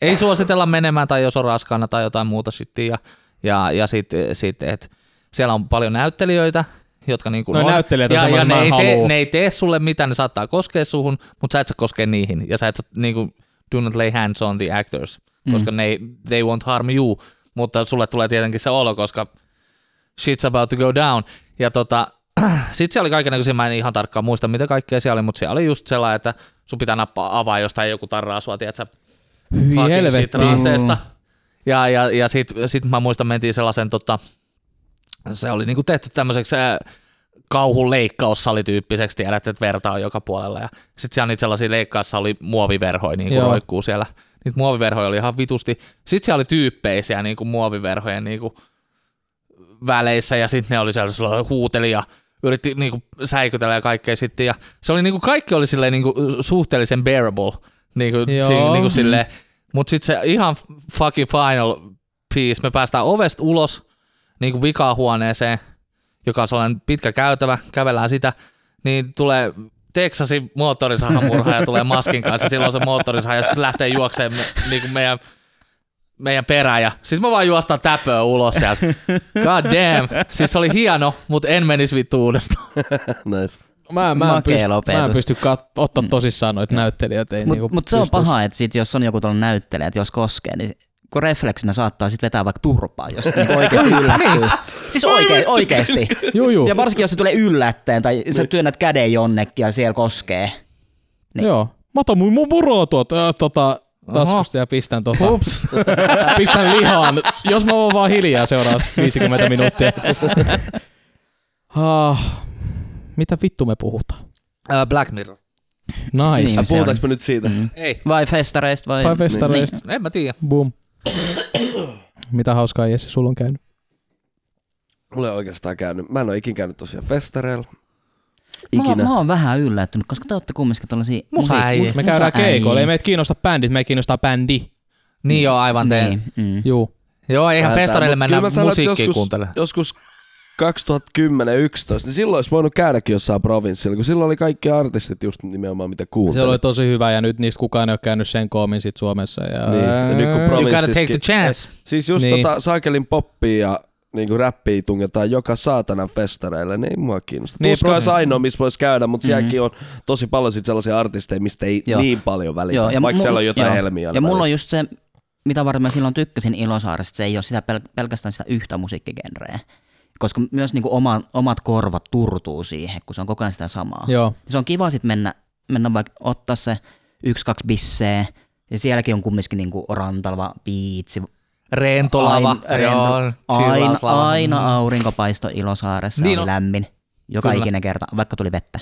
S2: ei suositella menemään tai jos on raskaana tai jotain muuta sitten. Ja, ja, ja sitten, sit, et siellä on paljon näyttelijöitä, jotka niin kuin
S5: No
S2: on,
S5: näyttelijät on
S2: ja, ja
S5: semmoinen, mä
S2: ne,
S5: en
S2: ei
S5: haluu.
S2: tee, ne ei tee sulle mitään, ne saattaa koskea suhun, mutta sä et saa koskea niihin. Ja sä et saa, niin kuin, do not lay hands on the actors, koska mm. ne, they won't harm you. Mutta sulle tulee tietenkin se olo, koska shit's about to go down. Ja tota, sitten siellä oli kaikenlaisia, mä en ihan tarkkaan muista mitä kaikkea siellä oli, mutta siellä oli just sellainen, että sun pitää nappaa avaa jostain joku tarraa sua, tiedätkö,
S5: Hyi
S2: fucking siitä
S5: helvettiin.
S2: ranteesta. Ja, ja, ja sit, sit mä muistan, mentiin sellaisen, tota, se oli niinku tehty tämmöiseksi ää, kauhun leikkaussalityyppiseksi, tiedät, että verta on joka puolella. Ja sit siellä niitä sellaisia leikkaassa oli muoviverhoja, niin kuin
S5: Joo.
S2: roikkuu siellä. Niitä muoviverhoja oli ihan vitusti. Sit siellä oli tyyppeisiä niin kuin muoviverhojen niin kuin väleissä ja sitten ne oli siellä sulla huuteli ja yritti niinku säikytellä ja kaikkea sitten. Ja se oli niinku, kaikki oli silleen niinku suhteellisen bearable. Niinku,
S5: Joo.
S2: si, niinku silleen. Mut sitten se ihan fucking final piece. Me päästään ovesta ulos niinku vikahuoneeseen, joka on sellainen pitkä käytävä, kävellään sitä, niin tulee Texasin moottorisahamurha ja tulee maskin kanssa, ja silloin se moottorisaha, ja sitten se lähtee juokseen me, niinku meidän meidän perään ja sit mä vaan juostan täpöä ulos sieltä. God damn. Siis se oli hieno, mutta en menis vittu uudestaan.
S4: Nice.
S5: Mm. Mä, mä, en
S3: Makea
S5: pysty,
S3: lopetus.
S5: mä en pysty kat- ottaa tosissaan noita näyttelijöitä. Ei
S3: Mutta
S5: niinku
S3: mut se on
S5: pystyis.
S3: paha, että sit, jos on joku tuolla näyttelijä, että jos koskee, niin kun refleksinä saattaa sitten vetää vaikka turpaa, jos niinku oikeasti yllättyy. Siis oikee, oikeasti.
S5: Juu, juu.
S3: Ja varsinkin, jos se tulee yllättäen tai
S2: Niin.
S3: sä työnnät käden jonnekin ja siellä koskee.
S5: niin. Joo. Mä otan mun, mun muroa tuolta äh, tota, taskusta ja pistän tota. Ups. pistän lihaan. Jos mä oon vaan hiljaa seuraat 50 minuuttia. ah, mitä vittu me puhutaan?
S2: Ää, Äh, Black Mirror.
S5: Nice.
S3: Niin.
S5: Niin.
S3: Se
S4: Puhutaanko me nyt siitä? Mm.
S2: Ei.
S3: Vai festareista vai...
S5: Tai festareista.
S2: En mä tiedä.
S5: Niin. Boom. mitä hauskaa Jesse sulla on käynyt?
S4: Mulla ei oikeastaan käynyt. Mä en ole ikinä käynyt tosiaan festareilla.
S3: Niin. Mä,
S4: Ikinä.
S3: mä oon vähän yllättynyt, koska te ootte kumminkin tollasia...
S2: Musaäijä.
S3: musiik-
S5: Me käydään
S3: musaäijiä.
S5: keikoilla. Ei meitä kiinnosta bändit, meitä kiinnostaa bändi.
S2: Niin joo, aivan teen.
S3: Niin, mm.
S5: Juu.
S2: Joo, eihän
S4: Tää-
S2: festareille
S4: tää- mut
S2: mennä
S4: kyllä mä sanon, että
S2: musiikkia
S4: joskus,
S2: kuuntelemaan.
S4: Joskus 2010-11, niin silloin olisi voinut käydäkin jossain provinssilla, kun silloin oli kaikki artistit just nimenomaan mitä
S5: Se
S4: kuunteli.
S5: oli tosi hyvä ja nyt niistä kukaan ei ole käynyt sen koomin sit Suomessa. Ja...
S4: Niin, ja nyt kun pro-
S2: You gotta take the
S4: provinssissakin.
S2: chance.
S4: Siis just
S5: Niin.
S4: niin. tota saakelin poppia ja niinku räppiä tungetaan joka saatana festareille, niin ei mua kiinnosta.
S5: Niin,
S4: Niin, Tuska
S5: pro-
S4: olisi ainoa, missä voisi käydä, mutta mm-hmm. sielläkin on tosi paljon sit sellaisia artisteja, mistä ei
S3: Mhm. Joo.
S4: joo. niin paljon välitä,
S3: Joo,
S4: joo,
S3: ja
S4: vaikka
S3: mu-
S4: siellä on jotain
S3: joo.
S4: helmiä.
S3: Ja mulla on just se, mitä varten mä silloin tykkäsin Ilosaaresta, se ei ole sitä pel- pelkästään sitä yhtä musiikkigenreä. Koska myös niinku oma, omat korvat turtuu siihen, kun se on koko ajan sitä samaa.
S5: Joo.
S3: Se on kiva sitten mennä, mennä vaikka ottaa se yksi, kaksi bissee, ja sielläkin on kumminkin niinku rantalva biitsi.
S2: Rentolava.
S3: Ain-
S2: joo, Mm.
S3: rento- aina,
S2: chillauslava.
S3: aina aurinko paistoi Ilosaaressa,
S2: Niin
S3: niin oli
S2: on.
S3: lämmin. Joka
S2: Kyllä.
S3: ikinen kerta, vaikka tuli vettä.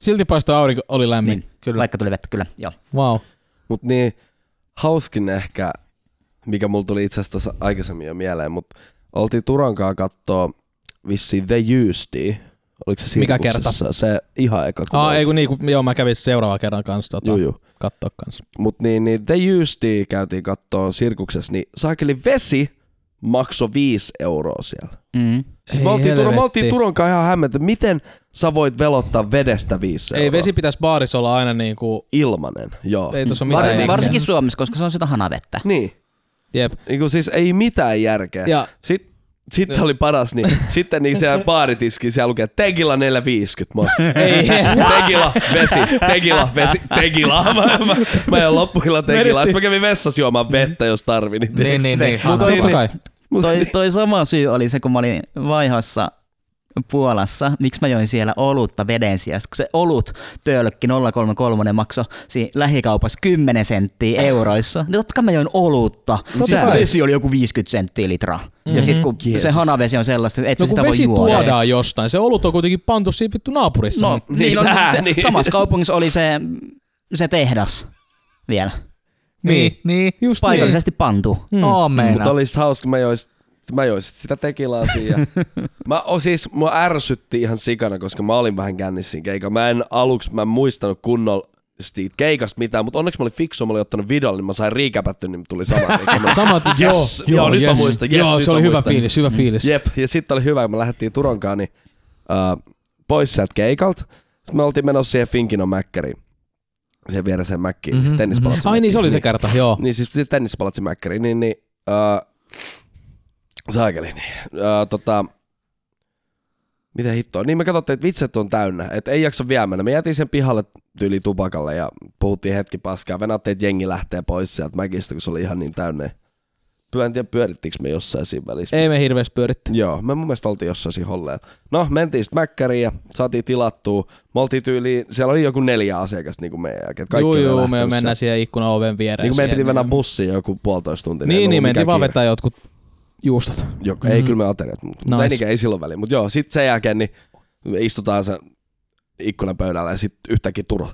S5: Silti paistoi aurinko, oli lämmin.
S3: Niin,
S5: Niin.
S2: Kyllä.
S3: Vaikka tuli vettä, kyllä, joo.
S5: Wow.
S4: Mutta niin, hauskin ehkä, mikä mulla tuli itse asiassa tuossa aikaisemmin jo mieleen, mutta oltiin Turankaa kattoo vissiin The Used. Oliko se
S5: Mikä
S4: Sirkuksessa? Se ihan eka. kun
S5: Aa,
S4: oltiin.
S5: ei kun niin, kun, joo, mä kävin seuraava kerran kanssa tota,
S4: Juu, juu.
S5: kattoo kanssa.
S4: Mut niin, niin The Used käytiin kattoo Sirkuksessa, niin saakeli vesi maksoi 5 euroa siellä.
S3: Mm.
S4: Siis
S5: Ei
S4: me oltiin, Turon, me
S5: helvetti.
S4: oltiin Turonkaan ihan hämmentä, miten sä voit velottaa vedestä 5 euroa?
S5: Ei, vesi pitäisi baarissa olla aina niin kuin,
S4: Ilmanen, joo.
S5: ei tuossa mitään.
S3: Var,
S5: järkeä.
S3: varsinkin Suomessa, koska se on sitä hanavettä.
S4: Niin.
S5: Jep.
S4: Niin kuin siis ei mitään järkeä.
S5: Ja-
S4: Ja. Sitten sit oli paras, niin sitten niin siellä baaritiski siellä lukee tegila 450. Mä oon,
S5: Ei,
S4: tegila, vesi, tegila, vesi, tegila. Mä, mä, mä en loppuilla tegilaa. Sitten mä kävin vessassa juomaan vettä, jos tarvi. Niin,
S2: Niin,
S4: tiiäks,
S2: niin,
S4: teg-
S2: niin.
S5: Mutta
S2: Anna
S5: totta
S2: tulla.
S5: kai. No,
S4: Mut
S3: Toi,
S4: niin,
S3: toi sama syy oli se, kun mä olin vaihossa Puolassa, miksi mä join siellä olutta veden sijasta, kun se olut töölökki 033 maksoi siinä lähikaupassa 10 senttiä euroissa. Niin totta kai mä join olutta. Se
S5: kai.
S3: vesi oli joku 50 senttiä litraa. Mm-hmm. Ja sit kun Jeesus. se hanavesi on sellaista, että
S5: No
S3: no,
S5: kun
S3: sitä voi
S5: vesi
S3: juoda.
S5: tuodaan jostain, se olut on kuitenkin pantu siinä vittu naapurissa.
S3: No, niin, niin,
S4: Niin,
S3: on,
S4: tää,
S3: se,
S4: niin.
S3: Samassa kaupungissa oli se, se tehdas vielä.
S2: Niin, niin.
S5: Just niin.
S3: Paikallisesti pantu.
S2: Mm. Oo meinaa.
S4: Mutta olisi hauska, mä jois, mä jois sitä tekilaa siinä. mä o, siis, mua ärsytti ihan sikana, koska mä olin vähän kännissä siinä keikalla. Mä en aluksi, mä en muistanut kunnolla siitä keikasta mitään, mutta onneksi mä olin fiksu, mä olin ottanut videolle, niin mä sain riikäpätty, niin tuli sama. Eikö mä-
S5: Samat, yes, joo,
S4: Yes, joo, nyt mä muistan, yes,
S5: joo,
S4: nyt
S5: se
S4: mä
S5: oli hyvä
S4: muistan.
S5: fiilis, hyvä fiilis.
S4: Jep, ja sitten oli hyvä, kun me lähdettiin Turonkaan niin, uh, pois sieltä keikalta. Sitten me oltiin menossa siihen Finkinon mäkkäriin, siihen viereiseen mäkkiin,
S2: Mhm,
S4: mm-hmm, tennispalatsi.
S5: Ai niin, se oli se
S4: Niin,
S5: kerta, joo.
S4: niin siis siihen tennispalatsi mäkkäriin, niin, niin uh, saakeli, niin, uh, tota, mitä hittoa? Niin me katsottiin, että vitset on täynnä, että ei jaksa vielä mennä. Me jätin sen pihalle tyyli tupakalle ja puhuttiin hetki paskaa. Venattiin, että jengi lähtee pois sieltä mäkistä, kun se oli ihan niin täynnä. Pyö- En tiedä, pyörittiinkö me jossain siinä välissä.
S5: Ei me hirveästi pyöritty.
S4: Joo, me mun mielestä oltiin jossain siinä holleilla. No, mentiin sitten mäkkäriin ja saatiin tilattua. Me oltiin tyyliin, siellä oli joku neljä asiakas niin kuin meidän jälkeen. että Kaikki
S5: Juu,
S4: oli
S5: juu,
S4: lähtenyt
S5: me
S4: sieltä.
S5: mennään siihen ikkunan oven viereen.
S4: Niin kuin meidän
S5: siihen,
S4: piti mennä bussiin joku puolitoista tuntia. ei
S5: Niin,
S4: ollut
S5: niin, mentiin
S4: mikään
S5: vaan
S4: kiire.
S5: vetää jotkut juustot.
S4: Joka, Ei, kyllä me ateriat, mutta
S5: Nice.
S4: nice. ei silloin väliin. Mutta joo, sitten sen jälkeen niin me istutaan sen ikkunapöydällä ja sitten yhtäkkiä Turo.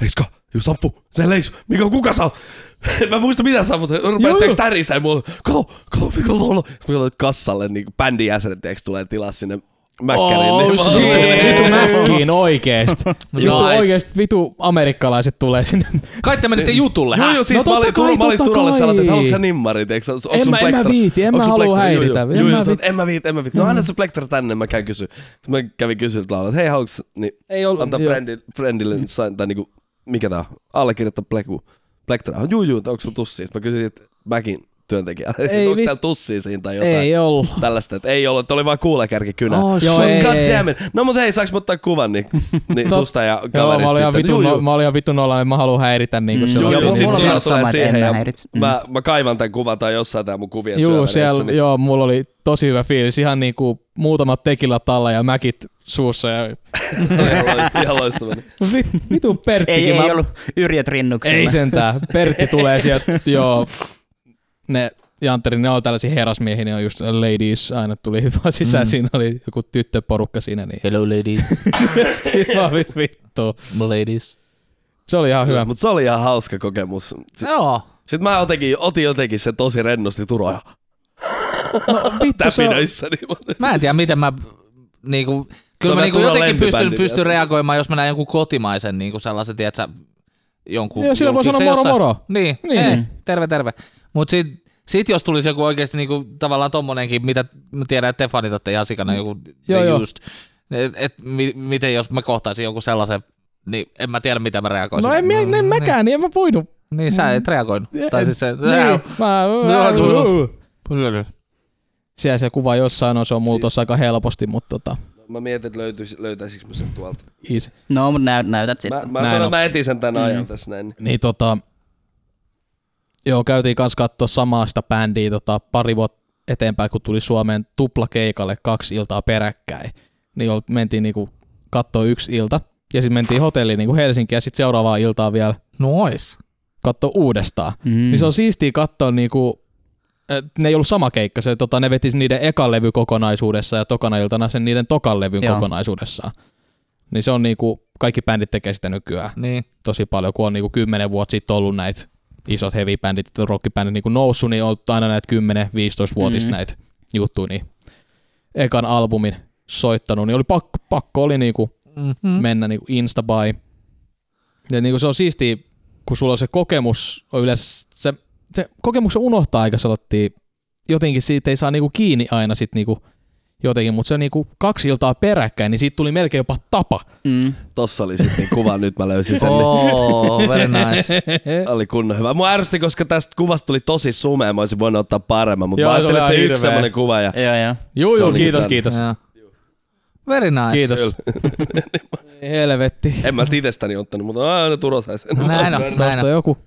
S4: Leiska, juu Sampu, se leis, mikä kuka saa? En mä muista mitä saa, mutta
S5: joo.
S4: rupeatteeko tärisää ja mulla, kato, kato, mikä tuolla. Sitten mä katsoin kassalle, niin bändin jäsenet, tiiäks, tulee tilaa sinne mäkkäriin.
S2: Oh,
S4: niin mä-
S2: shit.
S5: Vitu mäkkiin oikeesti. Vitu
S2: Nice.
S5: oikeesti, vitu amerikkalaiset tulee sinne.
S2: Kai te menitte jutulle.
S4: Joo,
S2: häh?
S4: joo, siis
S5: No
S4: no, mä olin,
S5: totta kai,
S4: Turo, mä olin
S5: totta
S4: Turolle
S5: kai.
S4: sanonut, että onko sä nimmari, tiiäks, onks, onks
S5: En
S4: sun
S5: mä- en mä
S4: plektra-
S5: viiti, en
S4: onks
S5: mä
S4: sun
S5: halua
S4: plektra- Joo,
S5: häiritä.
S4: joo.
S5: En
S4: Joo,
S5: mä Mm.
S4: joo, sä oot, en mä viiti, en mä viiti. No anna se plektra tänne, mä käyn kysyä. Sitten mä kävin kysyä laulaa, että hei, onks, niin
S5: Ei ollut.
S4: antaa
S5: joo.
S4: friendille, friendille niin sain, tai niinku, mikä tää on, allekirjoittaa pleku, plektra. Juu, juu, onko sulla tussia? Sitten mä kysyin, että mäkin työntekijä,
S5: Ei
S4: onko
S5: vi-
S4: täällä tussia siinä tai jotain.
S5: Ei ollut.
S4: Tällaista, että ei ollut, että oli vaan kuulakärki kynä.
S2: Oh,
S5: Joo,
S2: shit.
S5: ei,
S4: God
S5: ei.
S4: damn it. No mut hei, saaks mä ottaa kuvan niin, niin
S5: Tot-
S4: susta ja kaverista?
S5: Joo, mä olin ihan
S4: sitten?
S5: vitun, no-
S4: Juu, juu.
S5: mä, mä olin ihan vitun olla, mä haluan häiritä niinku
S3: Mm,
S5: mm,
S4: Joo,
S3: Joo,
S4: joo,
S3: mulla
S4: joo,
S3: on
S4: mulla
S3: kans sama,
S4: tulee
S3: että
S4: siihen
S3: en mä
S4: ja
S3: häiritse. Mm.
S4: mä, mä kaivan tämän kuvan tai jossain tää mun kuvien
S5: Juu,
S4: syöväreissä,
S5: siellä,
S4: niin-
S5: joo, mulla oli tosi hyvä fiilis. Ihan niinku muutamat tekillä talla ja mäkit suussa. Ja...
S4: Ihan loistava, ihan loistava.
S5: Vit, vitu Pertti.
S3: Ei,
S5: mä...
S3: ei ollut yrjät rinnuksella.
S5: Ei sentään. Pertti tulee sieltä, joo. Ne Janteri, ne on tällaisia herrasmiehiä, ne on just ladies aina tuli vaan sisään. Mm. Siinä oli joku tyttöporukka siinä, niin
S2: Hello ladies,
S5: sitten mä olin vittu.
S2: ladies.
S5: Se oli ihan hyvä.
S4: Mut se oli ihan hauska kokemus. S-
S2: Joo.
S4: Sit mä jotenkin, otin jotenkin se tosi rennosti Turoja
S5: Vittu, se on,
S4: täpinöissäni.
S2: Mä en tiedä,
S5: Siis-
S2: miten mä... Niinku, kyllä mä
S4: vähän
S2: niinku
S4: turhan
S2: jotenkin pystyn,
S4: lempibändi
S2: pystyn
S4: vielä.
S2: reagoimaan, jos mä näen jonkun kotimaisen niinku sellaisen, tiedätkö, jonkun...
S5: Joo, silloin voi
S2: julkiksen
S5: sanoa moro, moro.
S2: Niin,
S5: Niin.
S2: niin. Hei, terve, terve. Mut sit Sitten jos tulisi joku oikeasti niinku, tavallaan tommonenkin, mitä mä tiedän, että te fanitatte ihan sikana, joku
S5: Joo,
S2: joo,
S5: Mm. joo.
S2: joo. Just, et, et, mi, miten jos mä kohtaisin jonkun sellaisen, niin en mä tiedä, mitä mä reagoisin.
S5: No en, en, en mäkään, niin en mä voinut.
S2: Niin, niin sä et reagoinut. tai
S5: en-
S2: siis se, Niin.
S5: Niin, mä,
S2: Joo.
S5: Siellä se kuva jossain on, se on muutos
S4: Siis-
S5: aika helposti, mutta tota,
S4: Mä mietin, että löytyis, löytäisikö mä sen tuolta.
S5: easy.
S3: No, mutta näyt, näytät sitten.
S4: Mä, mä
S5: Näin
S4: sanon,
S5: on.
S4: mä etin sen tän ajan tässä näin.
S5: Niin tota, joo, käytiin kanssa katsoa samaa sitä bändiä tota, pari vuotta eteenpäin, kun tuli Suomeen tuplakeikalle kaksi iltaa peräkkäin. Niin ol- mentiin niinku kattoo yksi ilta, ja sitten mentiin hotelliin niinku Helsinkiin, ja sitten seuraavaa iltaa vielä
S2: Nois.
S5: katsoa uudestaan.
S3: Mm.
S5: Mm. Niin se on siistiä katsoa niinku, et ne ei ollut sama keikka, se, tota, ne veti niiden ekan levy kokonaisuudessa ja tokana iltana sen niiden tokan levyn
S3: Joo.
S5: Joo. kokonaisuudessaan. Niin se on niinku, kaikki bändit tekee sitä nykyään
S2: Niin.
S5: tosi paljon, kun on niinku 10 vuotta sitten ollut näitä isot heavy bändit, rockibändit niinku noussut, niin on ollut aina näitä 10-15-vuotis
S3: Mm.
S5: mm. näitä juttuja, niin ekan albumin soittanut, niin oli pakko, pakko oli niinku
S2: Mm-hmm.
S5: mennä niin kuin insta by. Ja niin kuin se on siistiä, kun sulla on se kokemus, on yleensä se, se kokemuksen unohtaa aika sellaisia, jotenkin siitä ei saa niin kuin kiinni aina sit niin kuin jotenkin, mutta se on niin kuin kaksi iltaa peräkkäin, niin siitä tuli melkein jopa tapa.
S3: Mm.
S4: Tossa oli sitten niin kuva, nyt mä löysin sen. Oh.
S2: Oh, very nice.
S4: Oli kunnon hyvä. Mua ärsytti, koska tästä kuvasta tuli tosi sumea. Mä olisin voinut ottaa paremman, mutta
S5: Joo,
S4: mä
S5: se
S4: ajattelin,
S5: oli
S4: että se
S5: ihan
S4: yksi
S5: hirveä.
S4: semmonen kuva. Ja...
S3: Joo, joo.
S5: Joo,
S4: Se
S5: joo,
S4: on niinku
S5: kiitos,
S4: tällä-
S5: kiitos.
S2: Joo. Very nice.
S5: Kiitos. Ei Helvetti.
S4: En mä sitä itsestäni ottanut, mutta aina Turo sai sen.
S2: No Näin on, näin
S5: Tuosta
S2: on.
S5: on joku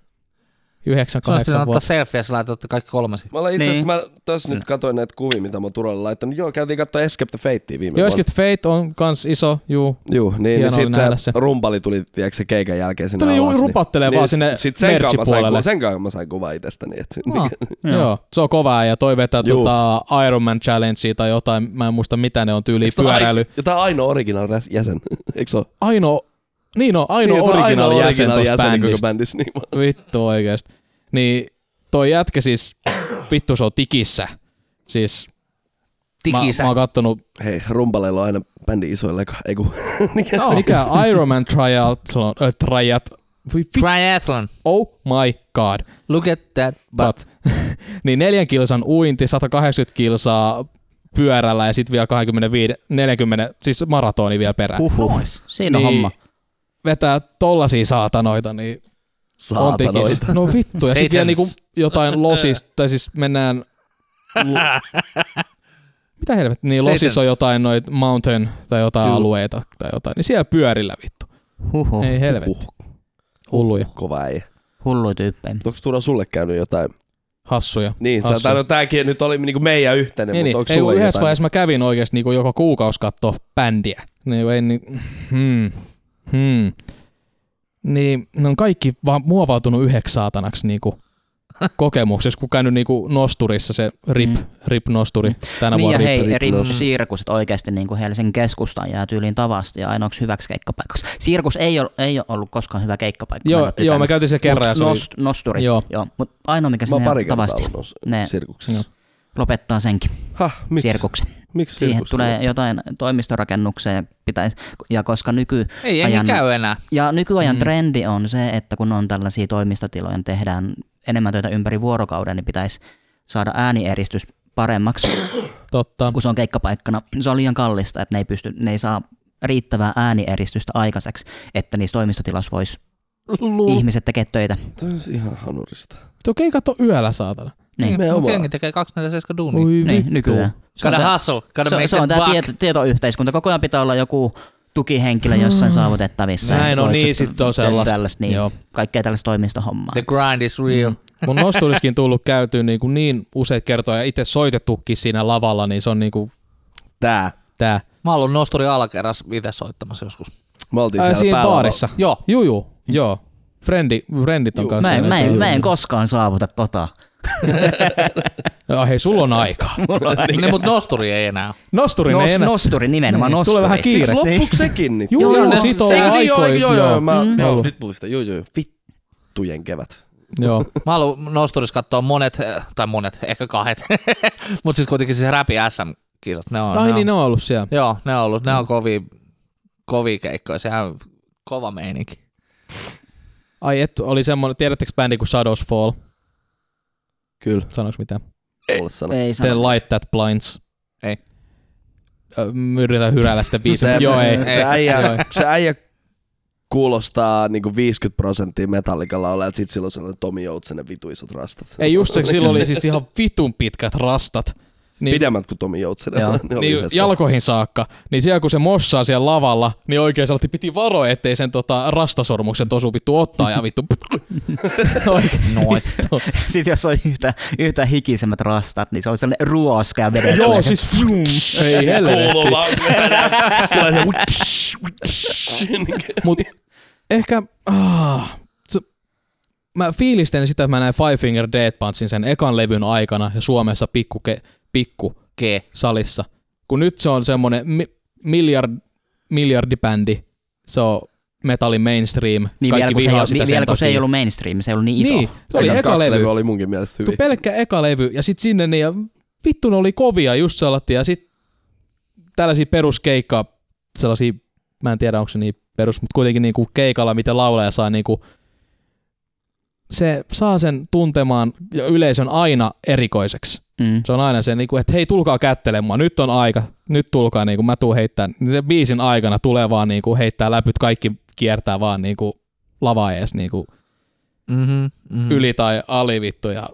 S2: Sun olisi
S5: 9-8
S2: pitänyt ottaa
S5: vuotta.
S2: selfie ja sä laitoitte kaikki kolmesi.
S4: Mä olen itse asiassa,
S3: Niin.
S4: mä tässä nyt katsoin näitä kuvia, mitä mä Turolle laittanut. Joo, käytiin katsoa Escape the Fatea viime
S5: Joo,
S4: vuonna.
S5: Escape Fate on kans iso, juu.
S4: Joo, niin, niin
S5: Hienoa
S4: sit
S5: nähdä
S4: se
S5: se.
S4: rumpali tuli, tiedätkö, se keikan jälkeen sinne
S5: Tuli
S4: alas. niin-
S5: juu, rupattelee vaan sinne
S4: sit sen kanssa mä sain,
S5: mertsipuolelle.
S4: kuva- sen kanssa mä sain kuvaa itsestäni. niin, Et,
S2: Oh,
S5: Joo. Joo. se on kovaa ja toi vetää
S4: Juu.
S5: tota Iron Man Challengea tai jotain, mä en muista mitä ne on tyyli pyöräily.
S4: Ja tää on ainoa original räs- jäsen, eikö se ole?
S5: ainoa, niin on, ainoa
S4: Niin,
S5: niin,
S4: tää on
S5: original,
S4: ainoa
S5: jäsen
S4: original
S5: tuossa
S4: jäsen koko
S5: bändistä.
S4: bändissä. Niin, mä-
S5: Vittu oikeesti. Niin toi jätkä siis, vittu se on tikissä. Siis
S2: Tikisä.
S5: Mä, mä oon kattonut,
S4: Hei, rumpaleilla on aina bändi isoilla leka. Ei kun, niin, mikä?
S2: no.
S5: mikä Iron Man Triathlon, äh, triat, voi vi-
S2: Triathlon.
S5: oh my god.
S2: Look at that butt.
S5: But. niin neljän kilsan uinti, 180 kilsaa pyörällä ja sitten vielä 25, 40, siis maratoni vielä perään. Niin
S2: Huhhuh. Nois.
S3: Siinä on No homma.
S5: vetää tollasia saatanoita, niin on
S4: Saatanoita.
S5: tekis. No vittu, ja sitten vielä
S2: Satans.
S5: niinku jotain losista, tai siis mennään... Mitä helvettiä, niin losissa
S2: Satans.
S5: on jotain noit mountain tai jotain
S2: Juu.
S5: alueita tai jotain, niin siellä pyörillä vittu.
S3: Huhhuh.
S5: Ei helvetti,
S4: Huh,
S5: hulluja,
S4: kova ei.
S3: Hullu tyyppejä.
S4: Onko Turo sulle käynyt jotain?
S5: hassuja.
S4: Niin, sä,
S5: Hassu.
S4: tai no, tääkin nyt oli niinku meidän yhteinen,
S5: Ei,
S4: mutta
S5: niin,
S4: onko
S5: ei, kun
S4: sulle
S5: yhdessä
S4: jotain?
S5: vaiheessa mä kävin oikeasti niinku joka kuukausi katsoa bändiä. Niin, ei, niin, hmm, hmm. niin ne on kaikki vaan muovautunut yhdeksi saatanaksi niinku kokemuksessa, kun käynyt niinku nosturissa se rip,
S3: Mm.
S5: mm. rip nosturi tänä
S3: Niin ja
S5: vuonna. rip,
S3: hei,
S5: rip,
S3: eri
S5: nosturi.
S3: sirkuset oikeasti niin kuin Helsingin keskustaan jää tyyliin tavasti ja ainoaksi hyväksi keikkapaikaksi. Sirkus ei ole, ei ole ollut koskaan hyvä keikkapaikka. en
S5: Joo,
S3: ole
S5: joo,
S3: tykännyt.
S5: mä käytin se kerran ja
S3: Mut
S5: se oli,
S3: nost, nosturi. Joo.
S5: Joo.
S3: joo. Mutta ainoa mikä
S4: Mä oon
S3: sinne
S4: pari
S3: jää
S4: kertaa
S3: tavasti.
S4: ollut noissa
S3: Ne
S4: sirkuksissa.
S3: lopettaa senkin
S4: Hah, miksi?
S3: sirkuksen.
S4: Miksi
S3: Siihen
S4: sirkus?
S3: tulee jotain toimistorakennuksia ja, pitäisi, ja koska nyky,
S2: Ei, ei
S3: Ajan-
S2: käy enää.
S3: ja nykyajan
S5: Mm.
S3: mm. trendi on se, että kun on tällaisia toimistotiloja, niin tehdään enemmän töitä ympäri vuorokauden, niin pitäisi saada äänieristys paremmaksi,
S5: totta.
S3: kun se on keikkapaikkana. niin Se on liian kallista, että ne ei, pysty, ne ei saa riittävää äänieristystä aikaiseksi, että niissä toimistotiloissa voisi ihmiset tekee töitä.
S4: Toi on ihan hanurista.
S5: Tuo keikat on yöllä, saatana.
S3: Niin.
S4: Me
S2: Mut
S4: omaa.
S2: jengi tekee 247 duunia.
S5: Oi
S3: Niin,
S5: vittu.
S3: nykyään. Se on
S2: Gotta
S3: tää-
S2: hustle, gotta
S3: Se,
S2: make
S3: se on
S2: that
S3: tämä
S2: buck.
S3: tieto, tietoyhteiskunta. Koko ajan pitää olla joku tukihenkilö jossain saavutettavissa.
S5: Näin
S3: Että
S5: on,
S3: voit
S5: niin
S3: sit-
S5: sit on sellaista.
S3: Tällaista, niin,
S5: Joo.
S3: Kaikkea tällaista toimistohommaa.
S2: The grind is real.
S5: Mun nosturiskin tullut käytyä niin, kuin niin useita kertoja ja itse soitettukin siinä lavalla, niin se on niin kuin
S4: Tää.
S5: tää.
S2: Mä oon ollut nosturi alakerras itse soittamassa joskus.
S4: Me oltiin
S5: Ää,
S4: siellä
S5: siinä
S4: päällä-
S5: baarissa.
S2: Joo.
S5: Juu, juu, joo. Frendi, frendit on
S4: Juu.
S5: kanssa.
S3: Mä en,
S5: aina
S3: mä, en,
S5: tullut.
S3: mä en koskaan saavuta tota.
S5: Joo, hei, sulla on aikaa.
S2: Ne Niin, mut nosturi ei enää.
S5: Nosturi
S3: Nos,
S5: ei enää.
S3: nosturi nimenomaan,
S5: Niin,
S3: nosturi.
S5: tulee vähän kiire.
S4: Eikö loppuksi sekin?
S5: Juu,
S2: Joo,
S5: joo,
S2: ne-
S5: joo, sit on
S2: se- eikö niin, joo,
S5: aikoja.
S2: eikö
S4: Joo, joo, mä,
S3: Mm-hmm.
S5: Mm.
S4: joo.
S5: Ollut.
S4: nyt muista, joo, joo, joo. vittujen kevät.
S5: Joo.
S2: Mä oon ollut nosturissa katsoa monet, eh, tai monet, ehkä kahdet. mut siis kuitenkin siis räpi SM-kisat. Ne on,
S5: Ai
S2: ne on,
S5: niin, ne on ollut siellä.
S2: Joo, ne on ollut, ne on kovia, kovia keikkoja. Sehän on kova meininki.
S5: Ai et, oli semmoinen, tiedättekö bändi kuin Shadows Fall?
S4: Kyllä.
S5: Sanois mitään?
S4: Ei. Sano.
S3: Ei
S5: The
S3: sano.
S5: Light That Blinds.
S2: Ei.
S5: Ö, mä Yritän hyräillä sitä biisiä.
S4: Se-
S5: Joo, ei.
S4: Se
S5: Joo,
S4: äijä,
S5: ei.
S4: se äijä kuulostaa niinku 50 prosenttia metallikalla olevat, sit silloin sellainen Tomi Joutsenen vitu isot rastat.
S5: Ei just se, silloin oli siis ihan vitun pitkät rastat. Niin,
S4: Pidemmät kuin Tomi Joutsenen.
S3: Joo.
S4: Ne oli
S5: niin
S4: yhdessä.
S5: jalkoihin saakka, niin siellä kun se mossaa siellä lavalla, niin oikein sieltä piti varoa, ettei sen tota, rastasormuksen tosu vittu ottaa ja vittu. Oikein
S3: Nois.
S5: vittu.
S3: Sitten jos on yhtä, yhtä hikisemmät rastat, niin se on sellainen ruoska ja vedet.
S5: Joo, siis zoom. Ei helvetti.
S4: Kuuluu vaan. Tulee se wutsch, wutsch.
S5: Mut ehkä... Ah, se, mä fiilistelen sitä, että mä näin Five Finger Death Punchin sen ekan levyn aikana ja Suomessa pikku, ke, pikku
S2: Ke.
S5: salissa. Kun nyt se on semmonen mi- miljard, miljardibändi, se on metalli mainstream,
S3: Niin vielä
S5: kaikki
S3: kun, se ei,
S5: vihaa
S3: ollut-
S5: sitä
S3: niin,
S5: sen
S3: vielä kun se
S5: takia.
S3: ei ollut mainstream, se ei ollut niin iso.
S5: Niin, se oli
S4: Ekat
S5: eka
S4: kaksi
S5: levy.
S4: levyä oli munkin mielestä
S5: Tu
S4: hyvin.
S5: pelkkä eka levy, ja sit sinne niin, ja vittu ne oli kovia just sellaisia, ja sit tällaisia peruskeikkaa, sellaisia, mä en tiedä onko se niin perus, mutta kuitenkin niinku keikalla, mitä laulaja saa niinku, se saa sen tuntemaan ja yleisön aina erikoiseksi.
S3: Mm.
S5: Se on aina se, niinku, että hei tulkaa kättelemään, nyt on aika, nyt tulkaa, niinku, mä tuun heittää. Se biisin aikana tulee vaan niinku, heittää läpyt, kaikki kiertää vaan niinku, lava ees niinku,
S2: Mm-hmm, mm-hmm.
S5: yli tai ali vittu ja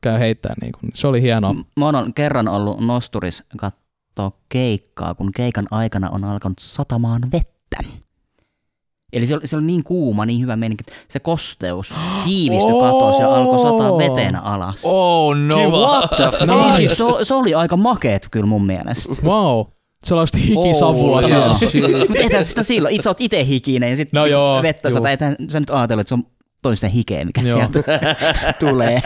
S5: käy heittää niin kuin. Se oli hienoa.
S3: M- Mä oon kerran ollut nosturis kattoo keikkaa, kun keikan aikana on alkanut satamaan vettä. Eli se oli, se oli niin kuuma, niin hyvä meininki, että se kosteus tiivistyi katosi ja alkoi sataa vetenä alas.
S2: Oh no, Kiva. what the f-
S3: Eli
S5: Nice.
S3: siis se, o- se oli aika makeet kyllä mun mielestä.
S5: Wow. Sellaista hikisavulla
S2: Oh,
S5: oh,
S3: joo.
S5: siellä.
S3: Mut Eihän sitä silloin, itse oot ite hikinen ja sitten
S5: No joo,
S3: vettä
S5: juu.
S3: sataa. Eihän sä nyt ajatellut, että se on toisten hikeä, mikä
S5: Joo.
S3: sieltä tulee.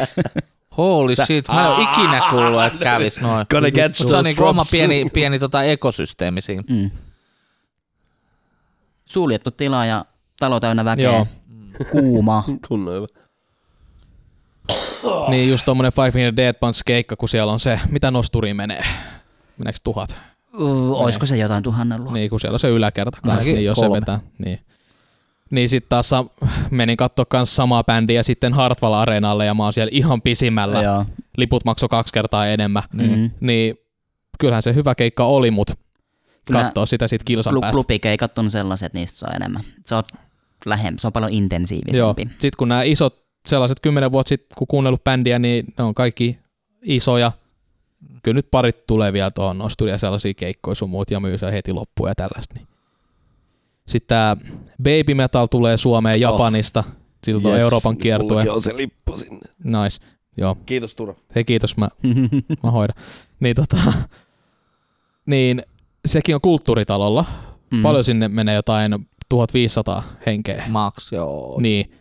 S2: Holy shit, mä en ole ikinä kuullut, että kävis noin.
S4: Gonna get
S2: Se on
S4: those
S2: niinku oma
S4: drops
S2: pieni,
S4: soon.
S2: pieni tota ekosysteemi siinä.
S3: Mm. Suljettu tila ja talo täynnä väkeä. Mm.
S5: Joo.
S3: Kuuma.
S4: Kunnon hyvä.
S5: Niin just tommonen Five Minute Dead Punch keikka, kun siellä on se, mitä nosturiin menee. Meneekö tuhat? Mm.
S3: Ö, Oisko se jotain tuhannen luokkaa?
S5: Niin, kun siellä on se yläkerta kanssa,
S2: Ainakin
S5: niin jos se
S2: kolme.
S5: vetää. Niin. Niin sit taas sa- menin katsoa kans samaa bändiä sitten Hartwall Areenalle ja mä oon siellä ihan pisimmällä.
S3: Joo.
S5: Liput maksoi kaksi kertaa enemmän.
S3: Mm.
S5: Niin kyllähän se hyvä keikka oli, mut
S3: Kyllä
S5: kattoo sitä sit kilsan
S3: Klu-
S5: päästä.
S3: klubikeikat on sellaiset, että niistä saa enemmän. Se on lähempi, se on paljon intensiivisempi.
S5: Joo. Sitten kun nämä isot, sellaiset kymmenen vuotta sitten, kun kuunnellut bändiä, niin ne on kaikki isoja. Kyllä nyt parit tulee vielä tuohon nosturi ja sellaisia keikkoja sun muut ja myy se heti loppuun ja tällaista. niin. Sitten tämä Baby Metal tulee Suomeen Japanista. Silloin Oh. yes, Euroopan
S4: nyt
S5: kiertue.
S4: mullakin on se lippu sinne.
S5: Nice. Joo.
S4: Kiitos Turo.
S5: Hei kiitos, mä, mä hoidan. Niin tota, niin sekin on kulttuuritalolla. Mm. Paljon sinne menee jotain 1500 henkeä.
S2: Max, joo.
S5: Niin.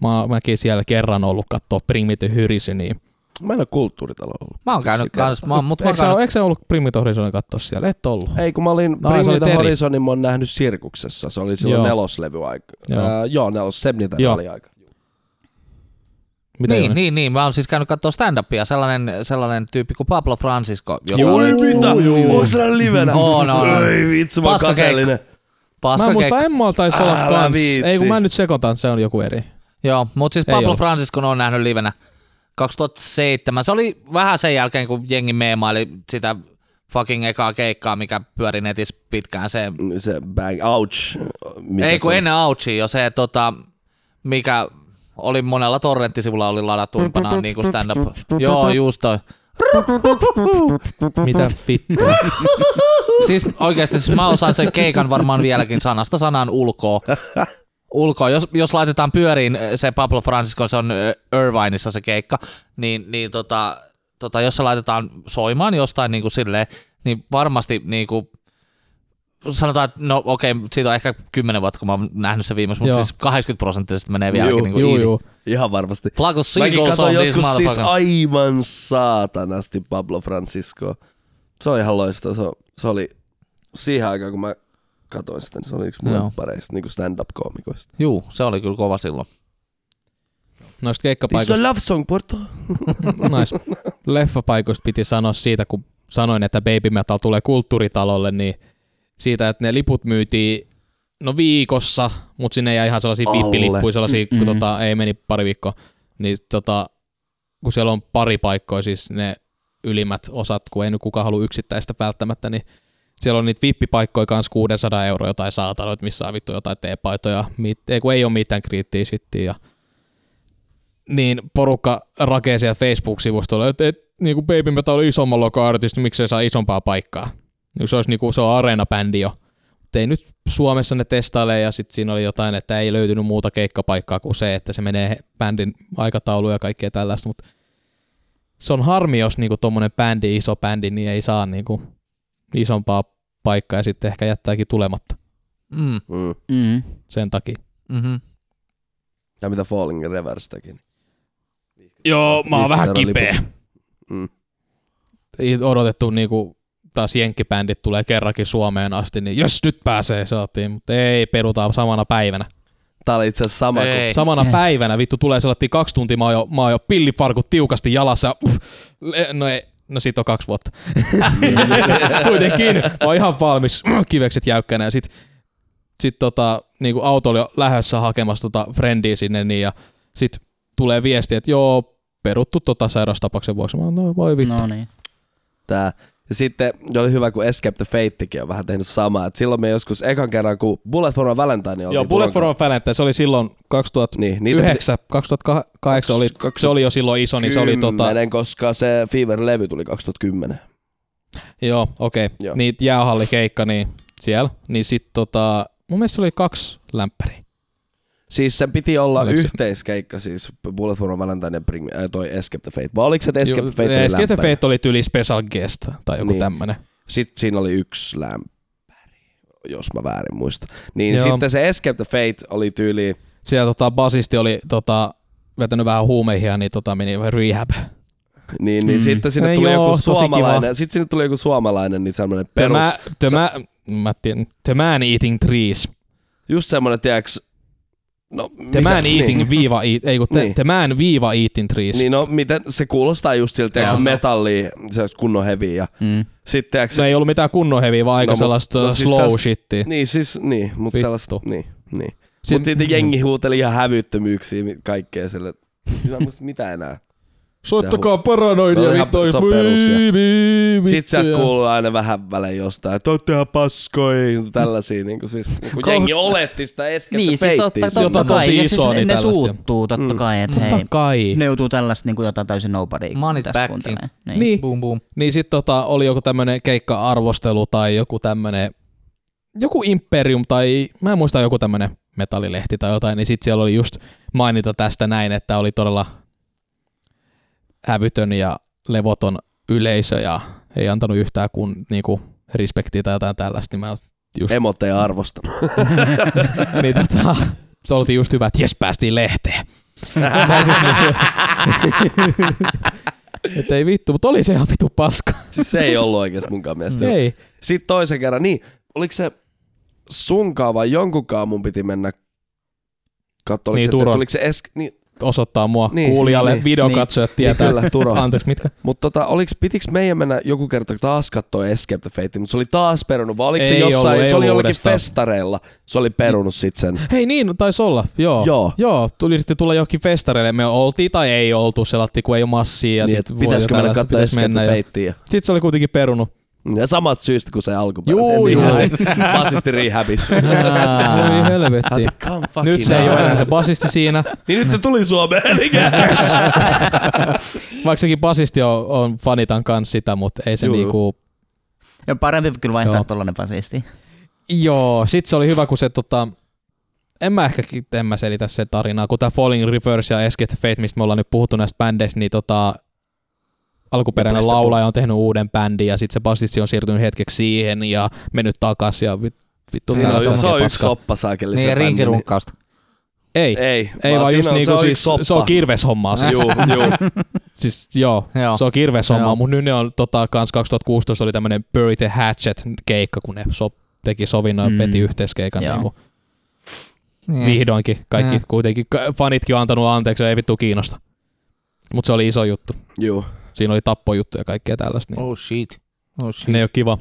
S5: Mä, mäkin siellä kerran ollut katsoa Primitive Hyrisy, niin...
S4: Mä en ole kulttuuritalo ollut.
S2: Mä oon käynyt
S4: Sitä-
S2: kans, mä oon, mut mä oon
S5: Eikö sä,
S2: käynyt,
S5: eikö sä ollut Primitive Horizonin katsoa siellä? Et ollut.
S4: Ei, kun mä olin
S5: No,
S4: no,
S5: se oli
S4: Bring
S5: Teri.
S4: Me Horizonin, mä oon nähnyt Sirkuksessa. Se oli silloin
S5: Joo.
S4: joo. neloslevy aika.
S5: Joo.
S4: Joo, äh, joo nelos, Sebnitän
S5: Joo.
S4: oli aika.
S5: Mitä
S2: niin,
S5: ilme?
S2: niin, niin, mä oon siis käynyt katsoa stand-upia, sellainen, sellainen tyyppi kuin Pablo Francisco, joka
S4: Joo,
S2: on
S4: ei mitä?
S5: juu, juu.
S4: Onko se nähnyt livenä?
S2: On, on, on.
S4: Ei vitsi, mä oon
S2: Paskakeikka.
S4: kateellinen.
S5: Mä en
S2: paska
S5: muista,
S2: keikka.
S5: Emma taisi olla
S4: Älä
S5: kans.
S4: viitti.
S5: Ei kun mä nyt sekoitan, se on joku eri.
S2: Joo, mutta siis
S5: Ei
S2: Pablo
S5: ollut.
S2: Francisco on nähnyt livenä 2007. Se oli vähän sen jälkeen, kun jengi meemaili sitä fucking ekaa keikkaa, mikä pyöri netissä pitkään. Se,
S4: Se bang, ouch. Mikä
S2: ei kun
S4: se on?
S2: ennen Auchi jo se, tota, mikä oli monella torrenttisivulla oli ladatumpana niin kuin stand-up. Joo, just toi.
S5: Mitä vittua?
S2: Siis oikeasti siis mä osaan sen keikan varmaan vieläkin sanasta sanaan ulkoa. Ulkoa. Jos, jos laitetaan pyöriin eh, se Pablo Francisco, se on ö, Irvineissa se keikka, niin, niin tota, tota, jos se laitetaan soimaan jostain niin kuin silleen, niin varmasti niin kuin, sanotaan, että no okei, siitä on ehkä 10 vuotta, kun mä oon nähnyt se viimeksi, mutta
S5: Joo.
S2: siis 80 prosenttisesti menee vieläkin
S4: Juu,
S2: niin kuin
S5: juu,
S2: easy.
S5: juu.
S4: Ihan varmasti.
S2: Flaco
S4: Mäkin
S2: Seagulls on
S4: katsoin
S2: this
S4: joskus siis
S2: motherfucker.
S4: aivan saatanasti Pablo Francisco. Se on ihan loistava. Se, se oli siihen aikaan, kun mä katsoin sitä, niin se oli yksi mun
S2: Joo.
S4: lemppareista niin stand-up-koomikoista.
S2: Juu, se oli kyllä kova silloin.
S5: Noista keikkapaikoista,
S4: love song, Porto.
S5: nais, leffapaikoista piti sanoa siitä, kun sanoin, että Baby Metal tulee kulttuuritalolle, niin siitä, että ne liput myytiin no viikossa, mutta sinne jäi ihan sellaisia
S4: Alle.
S5: vippilippuja, sellaisia, kun
S3: Mm.
S5: tota, ei meni pari viikkoa, niin tota, kun siellä on pari paikkoa, siis ne ylimmät osat, kun ei nyt kukaan halua yksittäistä välttämättä, niin siellä on niitä vippipaikkoja kanssa 600 euroa jotain saatanoita, missä on vittu jotain teepaitoja, mit- ei kun ei ole mitään kriittiä shittiä ja niin porukka rakee siellä Facebook-sivustolla, että et, niinku Baby Metal oli isomman logo artisti, miksei saa isompaa paikkaa. Niin Se, olisi niinku, se on areenabändi jo. Mut ei nyt Suomessa ne testailee ja sitten siinä oli jotain, että ei löytynyt muuta keikkapaikkaa kuin se, että se menee bändin aikatauluun ja kaikkea tällaista, mutta se on harmi, jos niinku tuommoinen bändi, iso bändi, niin ei saa niinku isompaa paikkaa ja sitten ehkä jättääkin tulematta
S2: Mm,
S4: Mm.
S3: Mm.
S5: sen takia.
S2: mm-hmm.
S4: Ja mitä Falling Reverse teki.
S5: Joo, mä oon vähän
S4: €50
S5: kipeä.
S4: liput. Mm.
S5: Ei odotettu niinku taas jenkkibändit tulee kerrankin Suomeen asti, niin jos nyt pääsee, saatiin, mutta ei, perutaan samana päivänä.
S4: Tää oli itse asiassa sama kuin
S2: Ei.
S5: Samana
S3: Eh.
S5: päivänä vittu tulee sellainen kaksi tuntia, mä oon jo, mä oon jo pillifarkut tiukasti jalassa, ja, uff, le- no ei, no sit on kaksi vuotta. Kuitenkin, mä oon ihan valmis, kivekset jäykkänä, ja sit, sit tota, niinku auto oli jo lähdössä hakemassa tota frendiä sinne, niin, ja sit tulee viesti, että joo, peruttu tota sairaustapauksen vuoksi. Mä oon, no voi vittu.
S3: No niin.
S4: tää. Ja sitten oli hyvä, kun Escape the Fatekin on vähän tehnyt samaa. Et silloin me joskus ekan kerran, kun Bullet for a Valentine oli.
S5: Joo, Bullet for Valentine, se oli silloin 2009,
S4: Niin, niitä piti-
S5: 2008 oli,
S4: Kaks-
S5: se oli jo silloin iso, niin se oli tota,
S4: Kymmenen, koska se Fever-levy tuli 2010.
S5: Joo, okei.
S4: Joo.
S5: Okay. Niin jäähallikeikka, niin siellä. Niin sit tota, mun mielestä se oli kaksi lämpäriä.
S4: Siis sen piti olla
S5: Oliko
S4: oliko
S5: se-
S4: yhteiskeikka, siis Bullet for a Valentine ja Bring, äh, toi Escape the Fate. Vai oliko se että Escape the Fate? oli
S5: Escape the
S4: lämpäri?
S5: Fate oli tyli special guest tai joku
S4: Niin.
S5: niin. tämmönen.
S4: Sitten siinä oli yksi lämpäri, jos mä väärin muistan. Niin
S5: Joo.
S4: sitten se Escape the Fate oli tyyli,
S5: Siellä tota, basisti oli tota, vetänyt vähän huumeihia, niin tota, meni rehab.
S4: niin, niin
S5: Mm.
S4: sitten sinne
S5: Ei
S4: tuli
S5: joo,
S4: joku
S5: tosi kiva.
S4: suomalainen, sitten sinne tuli joku suomalainen, niin semmoinen
S5: The,
S4: perus,
S5: ma, the, ma, mä tiedän, the man eating trees.
S4: just semmoinen, tiedäks, no,
S5: The
S4: mitä-
S5: man eating
S4: niin.
S5: viiva, eat, ei kun the,
S4: Niin.
S5: the man viiva eating trees.
S4: Niin no, miten se kuulostaa just siltä, tiedäks,
S5: Joo.
S4: metalli, se kunnon heavy ja
S3: Mm.
S4: sitten tiedäks,
S5: Se ei ollut mitään kunnon heviä, vaan aika
S4: No,
S5: no,
S4: mut-
S5: sellaista
S4: no
S5: no,
S4: siis
S5: slow
S4: se-
S5: siis shittiä.
S4: niin siis, niin, mutta
S5: Vittu.
S4: sellaista, niin, niin.
S5: Sit-
S4: Mutta sitten jengi huuteli ihan hävyttömyyksiä mi- kaikkea sille. Kyllä musta mitä enää.
S5: Soittakaa paranoidia,
S4: No ihan
S5: vittu.
S4: se on perus, ja- Sitten
S5: Sitten
S4: sieltä kuuluu aina vähän välein jostain, että ootte ihan paskoja, tällaisia. Niin kuin siis, niin kuin jengi oletti sitä eskeltä
S3: Niin, siis totta, totta
S5: Jota
S3: kai.
S5: tosi
S3: ja
S5: isoa,
S3: siis
S5: niin
S3: ne, ne
S5: tällaista.
S3: suuttuu totta
S4: Mm.
S3: kai, että hei,
S5: Totta kai.
S3: ne joutuu tällaista niin kuin jotain täysin nobody
S2: Money back in.
S3: Niin.
S5: Niin.
S2: Boom, boom.
S5: Niin sit tota, oli joku tämmönen keikka-arvostelu tai joku tämmönen, joku Imperium tai mä en muista joku tämmönen metallilehti tai jotain, niin sit siellä oli just mainita tästä näin, että oli todella hävytön ja levoton yleisö ja ei antanut yhtään kun niinku respektiä tai jotain tällaista, niin mä just,
S4: Emot ei arvosta.
S5: niin tota, se oltiin just hyvä, että jes päästiin lehteen. Tai siis niinku- Et ei vittu, mutta oli se ihan vitu paska.
S4: Siis se ei ollut oikeasti munkaan mielestä.
S5: Ei.
S4: Sitten toisen kerran, niin, oliko se sunkaan vai jonkunkaan mun piti mennä Katso, oliko,
S5: Niin,
S4: se,
S5: Turon.
S4: oliko se esk... Niin,
S5: osoittaa mua
S4: Niin,
S5: niin, kuulijalle,
S4: niin,
S5: niin, videokatsojat niin, tietää.
S4: kyllä, Turo.
S5: Anteeksi, mitkä?
S4: Mutta tota, oliks, pitiks meidän mennä joku kerta taas katsoa Escape the Fate, mutta se oli taas perunut, vai oliko se
S5: Ei
S4: jossain,
S5: ollut, ei
S4: se oli
S5: ollut
S4: jollakin
S5: uudestaan.
S4: festareilla, se oli perunut sit sen.
S5: Hei niin, taisi olla, joo.
S4: Joo.
S5: Joo, tuli yritti tulla johonkin festareille, me oltiin tai ei oltu, se latti kun ei ole massia. Ja
S4: niin,
S5: niin,
S4: et
S5: sit
S4: pitäisikö mennä katsoa Escape the
S5: ja...
S4: Fatea.
S5: Sitten se oli kuitenkin perunut.
S4: Ja samasta syystä kuin se alkuperäinen.
S5: Juu,
S4: niin,
S5: ihan.
S4: Basisti rehabissa.
S5: Voi
S3: Aa.
S5: helvettiin.
S4: Come fucking
S5: Nyt se ei
S4: out.
S5: ole enää se basisti siinä,
S4: Niin nyt ne tuli Suomeen. Mikä?
S5: vaikka sekin basisti on, on fanitan kanssa sitä, mutta ei se
S4: Juu, juu.
S5: niinku...
S3: Ja parempi kyllä vaihtaa
S5: Joo.
S3: tollanen basisti.
S5: Joo, sit se oli hyvä, kun se tota... En mä ehkä en mä selitä se tarinaa, kun tää Falling Reverse ja Escape the Fate, mistä me ollaan nyt puhuttu näistä bändeistä, niin tota, alkuperäinen
S4: Lopullista
S5: laulaja on tehnyt uuden bändin ja sitten se basisti on siirtynyt hetkeksi siihen ja mennyt takas ja vit- vittu.
S4: Siinä
S5: täällä
S4: on, se
S5: kaikkea
S4: on yksi
S5: paskaa.
S4: soppa saakeli.
S2: Niin,
S4: se
S2: ja
S4: bändi,
S2: rinkirunkkausta.
S5: Ei,
S4: niin- Ei,
S5: ei vaan,
S4: siinä
S5: just
S4: on-
S5: niinku
S4: se on
S5: siis
S4: yksi soppa.
S5: se on kirveshommaa. Siis,
S4: Juu, juu.
S5: siis joo,
S2: Joo.
S5: se on kirveshommaa,
S2: Joo.
S5: mutta nyt ne on tota, kans 2016 oli tämmönen Bury the Hatchet keikka, kun ne so, teki sovinnon
S3: Mm.
S5: ja veti yhteiskeikan
S3: Joo.
S5: niinku,
S2: Niin.
S5: vihdoinkin. Kaikki
S2: Mm.
S5: kuitenkin, ka- fanitkin on antanut anteeksi, ei vittu kiinnosta. Mutta se oli iso juttu.
S4: Juu.
S5: Siinä oli tappojuttuja ja kaikkea tällaista. Niin.
S2: Oh shit. Oh shit.
S5: Ne ei ole kiva.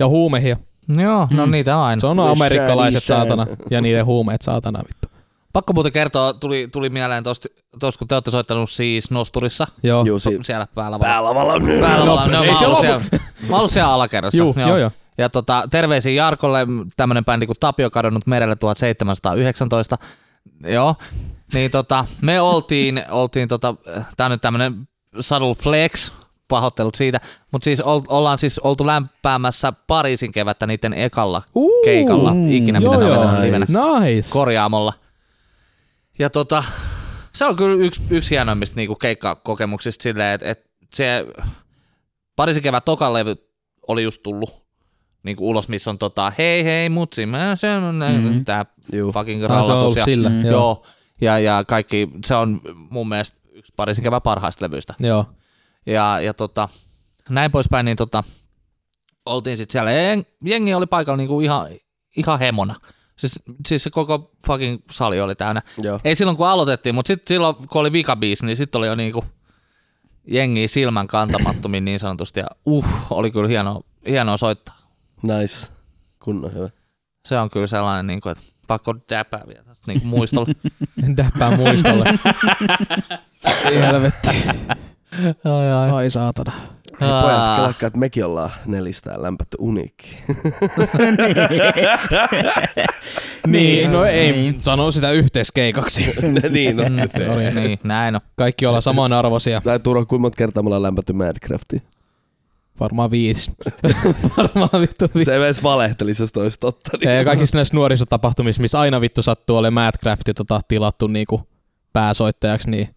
S5: Ja huumehia.
S2: Joo, no
S3: Mm.
S2: niitä on aina.
S5: Se on
S4: Lisää,
S5: amerikkalaiset
S4: lisää.
S5: saatana ja niiden huumeet saatana vittu.
S2: Pakko muuten kertoa, tuli, tuli mieleen tosta, tosta, kun te olette soittanut siis Nosturissa.
S5: Joo.
S4: Juu, si-
S2: Si- siellä päälavalla.
S4: Päälavalla.
S2: Päälavalla.
S5: No,
S2: No,
S5: ei
S2: mä,
S5: se
S2: ollut
S5: lopu.
S2: siellä, mä ollut siellä alakerrassa.
S5: Juu, joo, joo.
S2: Ja tota, terveisiä Jarkolle, tämmönen bändi kuin Tapio kadonnut merelle 1719. Joo. Niin tota, me oltiin, oltiin tota, tää on nyt tämmönen Saddle Flex, pahoittelut siitä, mutta siis ol, ollaan siis oltu lämpäämässä Pariisin kevättä niiden ekalla
S5: Uu,
S2: keikalla, ikinä
S5: joo,
S2: mitä ne on
S5: joo.
S2: vetänyt livenä
S5: Nice.
S2: korjaamolla. Ja tota, se on kyllä yksi, yksi hienoimmista niinku keikkakokemuksista silleen, että et se parisen kevät tokan levy oli just tullut niinku ulos, missä on tota, hei hei mutsi, mä se on
S3: Mhm.
S2: mm-hmm. tää
S4: Juu.
S2: fucking
S5: Ah, se on
S2: rallatus.
S5: ollut
S2: Ja,
S5: sillä.
S3: Mm.
S5: Joo.
S2: joo, ja, ja kaikki, se on mun mielestä yksi parisen kevät parhaista levyistä
S5: Joo.
S2: ja, ja tota, näin poispäin, niin tota, oltiin sitten siellä. Ja jeng- jengi oli paikalla niinku ihan, ihan hemona. Siis, siis se koko fucking sali oli täynnä.
S4: Joo.
S2: Ei silloin kun aloitettiin, mutta sitten silloin kun oli vikabiisi, niin sitten oli jo niinku jengi silmän kantamattomin niin sanotusti. Ja uh, oli kyllä hienoa, hienoa soittaa.
S4: Nice. Kunnon hyvä.
S2: Se on kyllä sellainen, niinku, että pakko däpää vielä tästä niinku muistolla.
S5: Däppää muistolle. Ei helvetti. Ai, ai. ai saatana.
S4: Hei Niin pojat,
S2: Aa.
S4: kelakkaa, että mekin ollaan nelistään lämpätty uniikki.
S5: Niin, no ei
S3: Niin.
S5: sano sitä yhteiskeikaksi.
S4: niin, no.
S5: Oli.
S2: niin, näin on.
S5: Kaikki ollaan samanarvoisia.
S4: Tai Turo, kuinka monta kertaa me ollaan lämpätty Minecraftiin?
S5: Varmaan viisi. Varmaan vittu viisi.
S4: Se ei edes valehteli, se olisi totta.
S5: Ja,
S4: Niin.
S5: ja kaikissa näissä nuorisotapahtumissa, missä aina vittu sattuu ole Madcrafti tota, tilattu niinku pääsoittajaksi, niin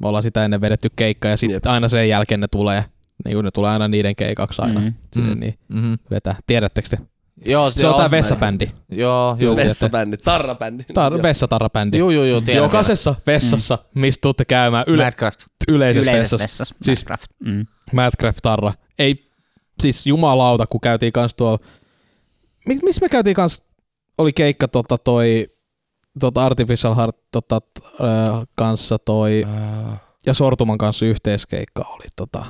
S5: me ollaan sitä ennen vedetty keikka ja
S4: Jep.
S5: sitten aina sen jälkeen ne tulee. Niin kun ne tulee aina niiden keikaksi aina.
S3: Mm.
S5: Mm. Sinne,
S2: Mm.
S5: niin
S2: Mm-hmm.
S5: vetää. Tiedättekö te?
S2: Joo,
S5: Se on
S2: joo,
S5: tää vessabändi.
S2: Joo, joo,
S5: Joo.
S4: Vessabändi, tarrabändi.
S5: Tar- vessatarrabändi.
S2: joo, joo, joo, tiedän.
S5: Jokaisessa vessassa, mm. missä tuutte käymään yle-
S2: Madcraft.
S5: yleisessä,
S3: Yleisessä
S5: vessassa.
S3: vessassa.
S5: Siis-
S3: Minecraft. Mm.
S5: Madcraft-tarra. Ei, siis jumalauta, kun käytiin kans tuolla... Mik, missä me käytiin kans... Oli keikka tota toi... Tota Artificial Heart tota, t- ö, kanssa toi... Ja Sortuman kanssa yhteiskeikka oli tota...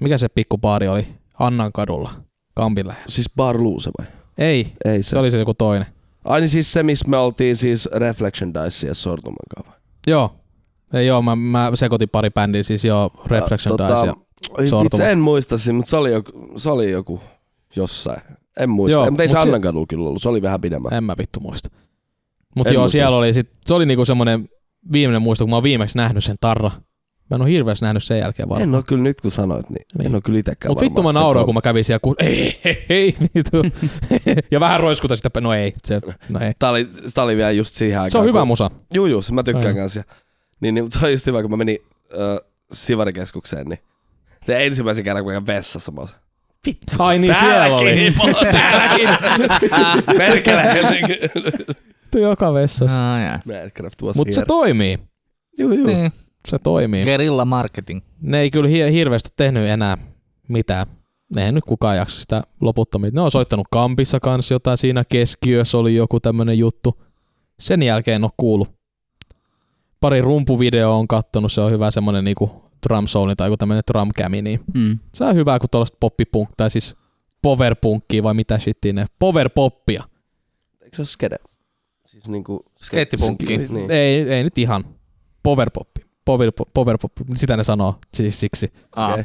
S5: Mikä se pikku baari oli? Annan kadulla. Kampin lähellä.
S4: Siis Bar Luuse vai?
S5: Ei,
S4: Ei se.
S5: se oli se joku toinen.
S4: Ai niin siis se, missä me oltiin siis Reflection Dice ja Sortuman kanssa.
S5: Joo. Ei, joo, mä, mä sekoitin pari bändiä, siis joo, Reflection
S4: Tota-
S5: Dice. ja-
S4: Ei,
S5: Sortuma.
S4: Vitsi, en muista, siinä, mutta se oli joku, se oli joku jossain. En muista,
S5: Joo,
S4: Joo, mutta ei se
S5: mut se-
S4: Annan kadulla kyllä ollut, se oli vähän pidemmän.
S5: En mä vittu muista. Mut
S4: En
S5: joo,
S4: muista.
S5: siellä oli sit, se oli niinku semmonen viimeinen muisto, kun mä oon viimeksi nähnyt sen tarra. Mä en oo hirveästi nähnyt sen jälkeen
S4: En,
S5: varmaan.
S4: en ole kyllä nyt kun sanoit, niin,
S5: Niin.
S4: en ole kyllä itekään
S5: Mut vittu mä nauroin, kun mä kävin siellä kun ei, ei, ei, vittu. ja vähän roiskuta sitä, no ei, se, no ei.
S4: Tää oli, tää oli vielä just siihen aikaan.
S5: Se on hyvä
S4: kun-
S5: musa.
S4: Juu, juu, se mä tykkään
S5: Aivan.
S4: kans. Ja, niin, niin, mut se on just hyvä, kun mä menin äh, Sivarikeskukseen, niin se ensimmäisen kerran, kun mä kävin vessassa, mä oon
S5: Ai niin, siellä oli.
S4: Täälläkin! Perkele!
S5: Vittu joka vessassa.
S2: Ah, jaa.
S4: Minecraft tuossa
S5: Mut se toimii.
S4: Juu, juu.
S2: Niin.
S5: Se toimii.
S2: Gerilla marketing.
S5: Ne ei kyllä hi- hirveästi tehnyt enää mitään. Eihän nyt kukaan jaksa sitä loputtomia. Ne on soittanut Kampissa kanssa jotain, siinä keskiössä oli joku tämmönen juttu. Sen jälkeen en oo kuullut. Pari rumpuvideoa on kattonut, se on hyvä semmonen niinku drum soul tai joku tämmönen drum cami, niin
S3: Mm.
S5: se on hyvää, kun tuollaista poppipunk, tai siis powerpunkkia vai mitä shittiä ne, powerpoppia.
S4: Eikö se ole skede? Siis niinku...
S2: Skeittipunkki.
S4: ske- Niin.
S5: Ei, ei nyt ihan, powerpoppi, powerpop, powerpop, sitä ne sanoo siis siksi.
S2: Ah.
S4: Okei.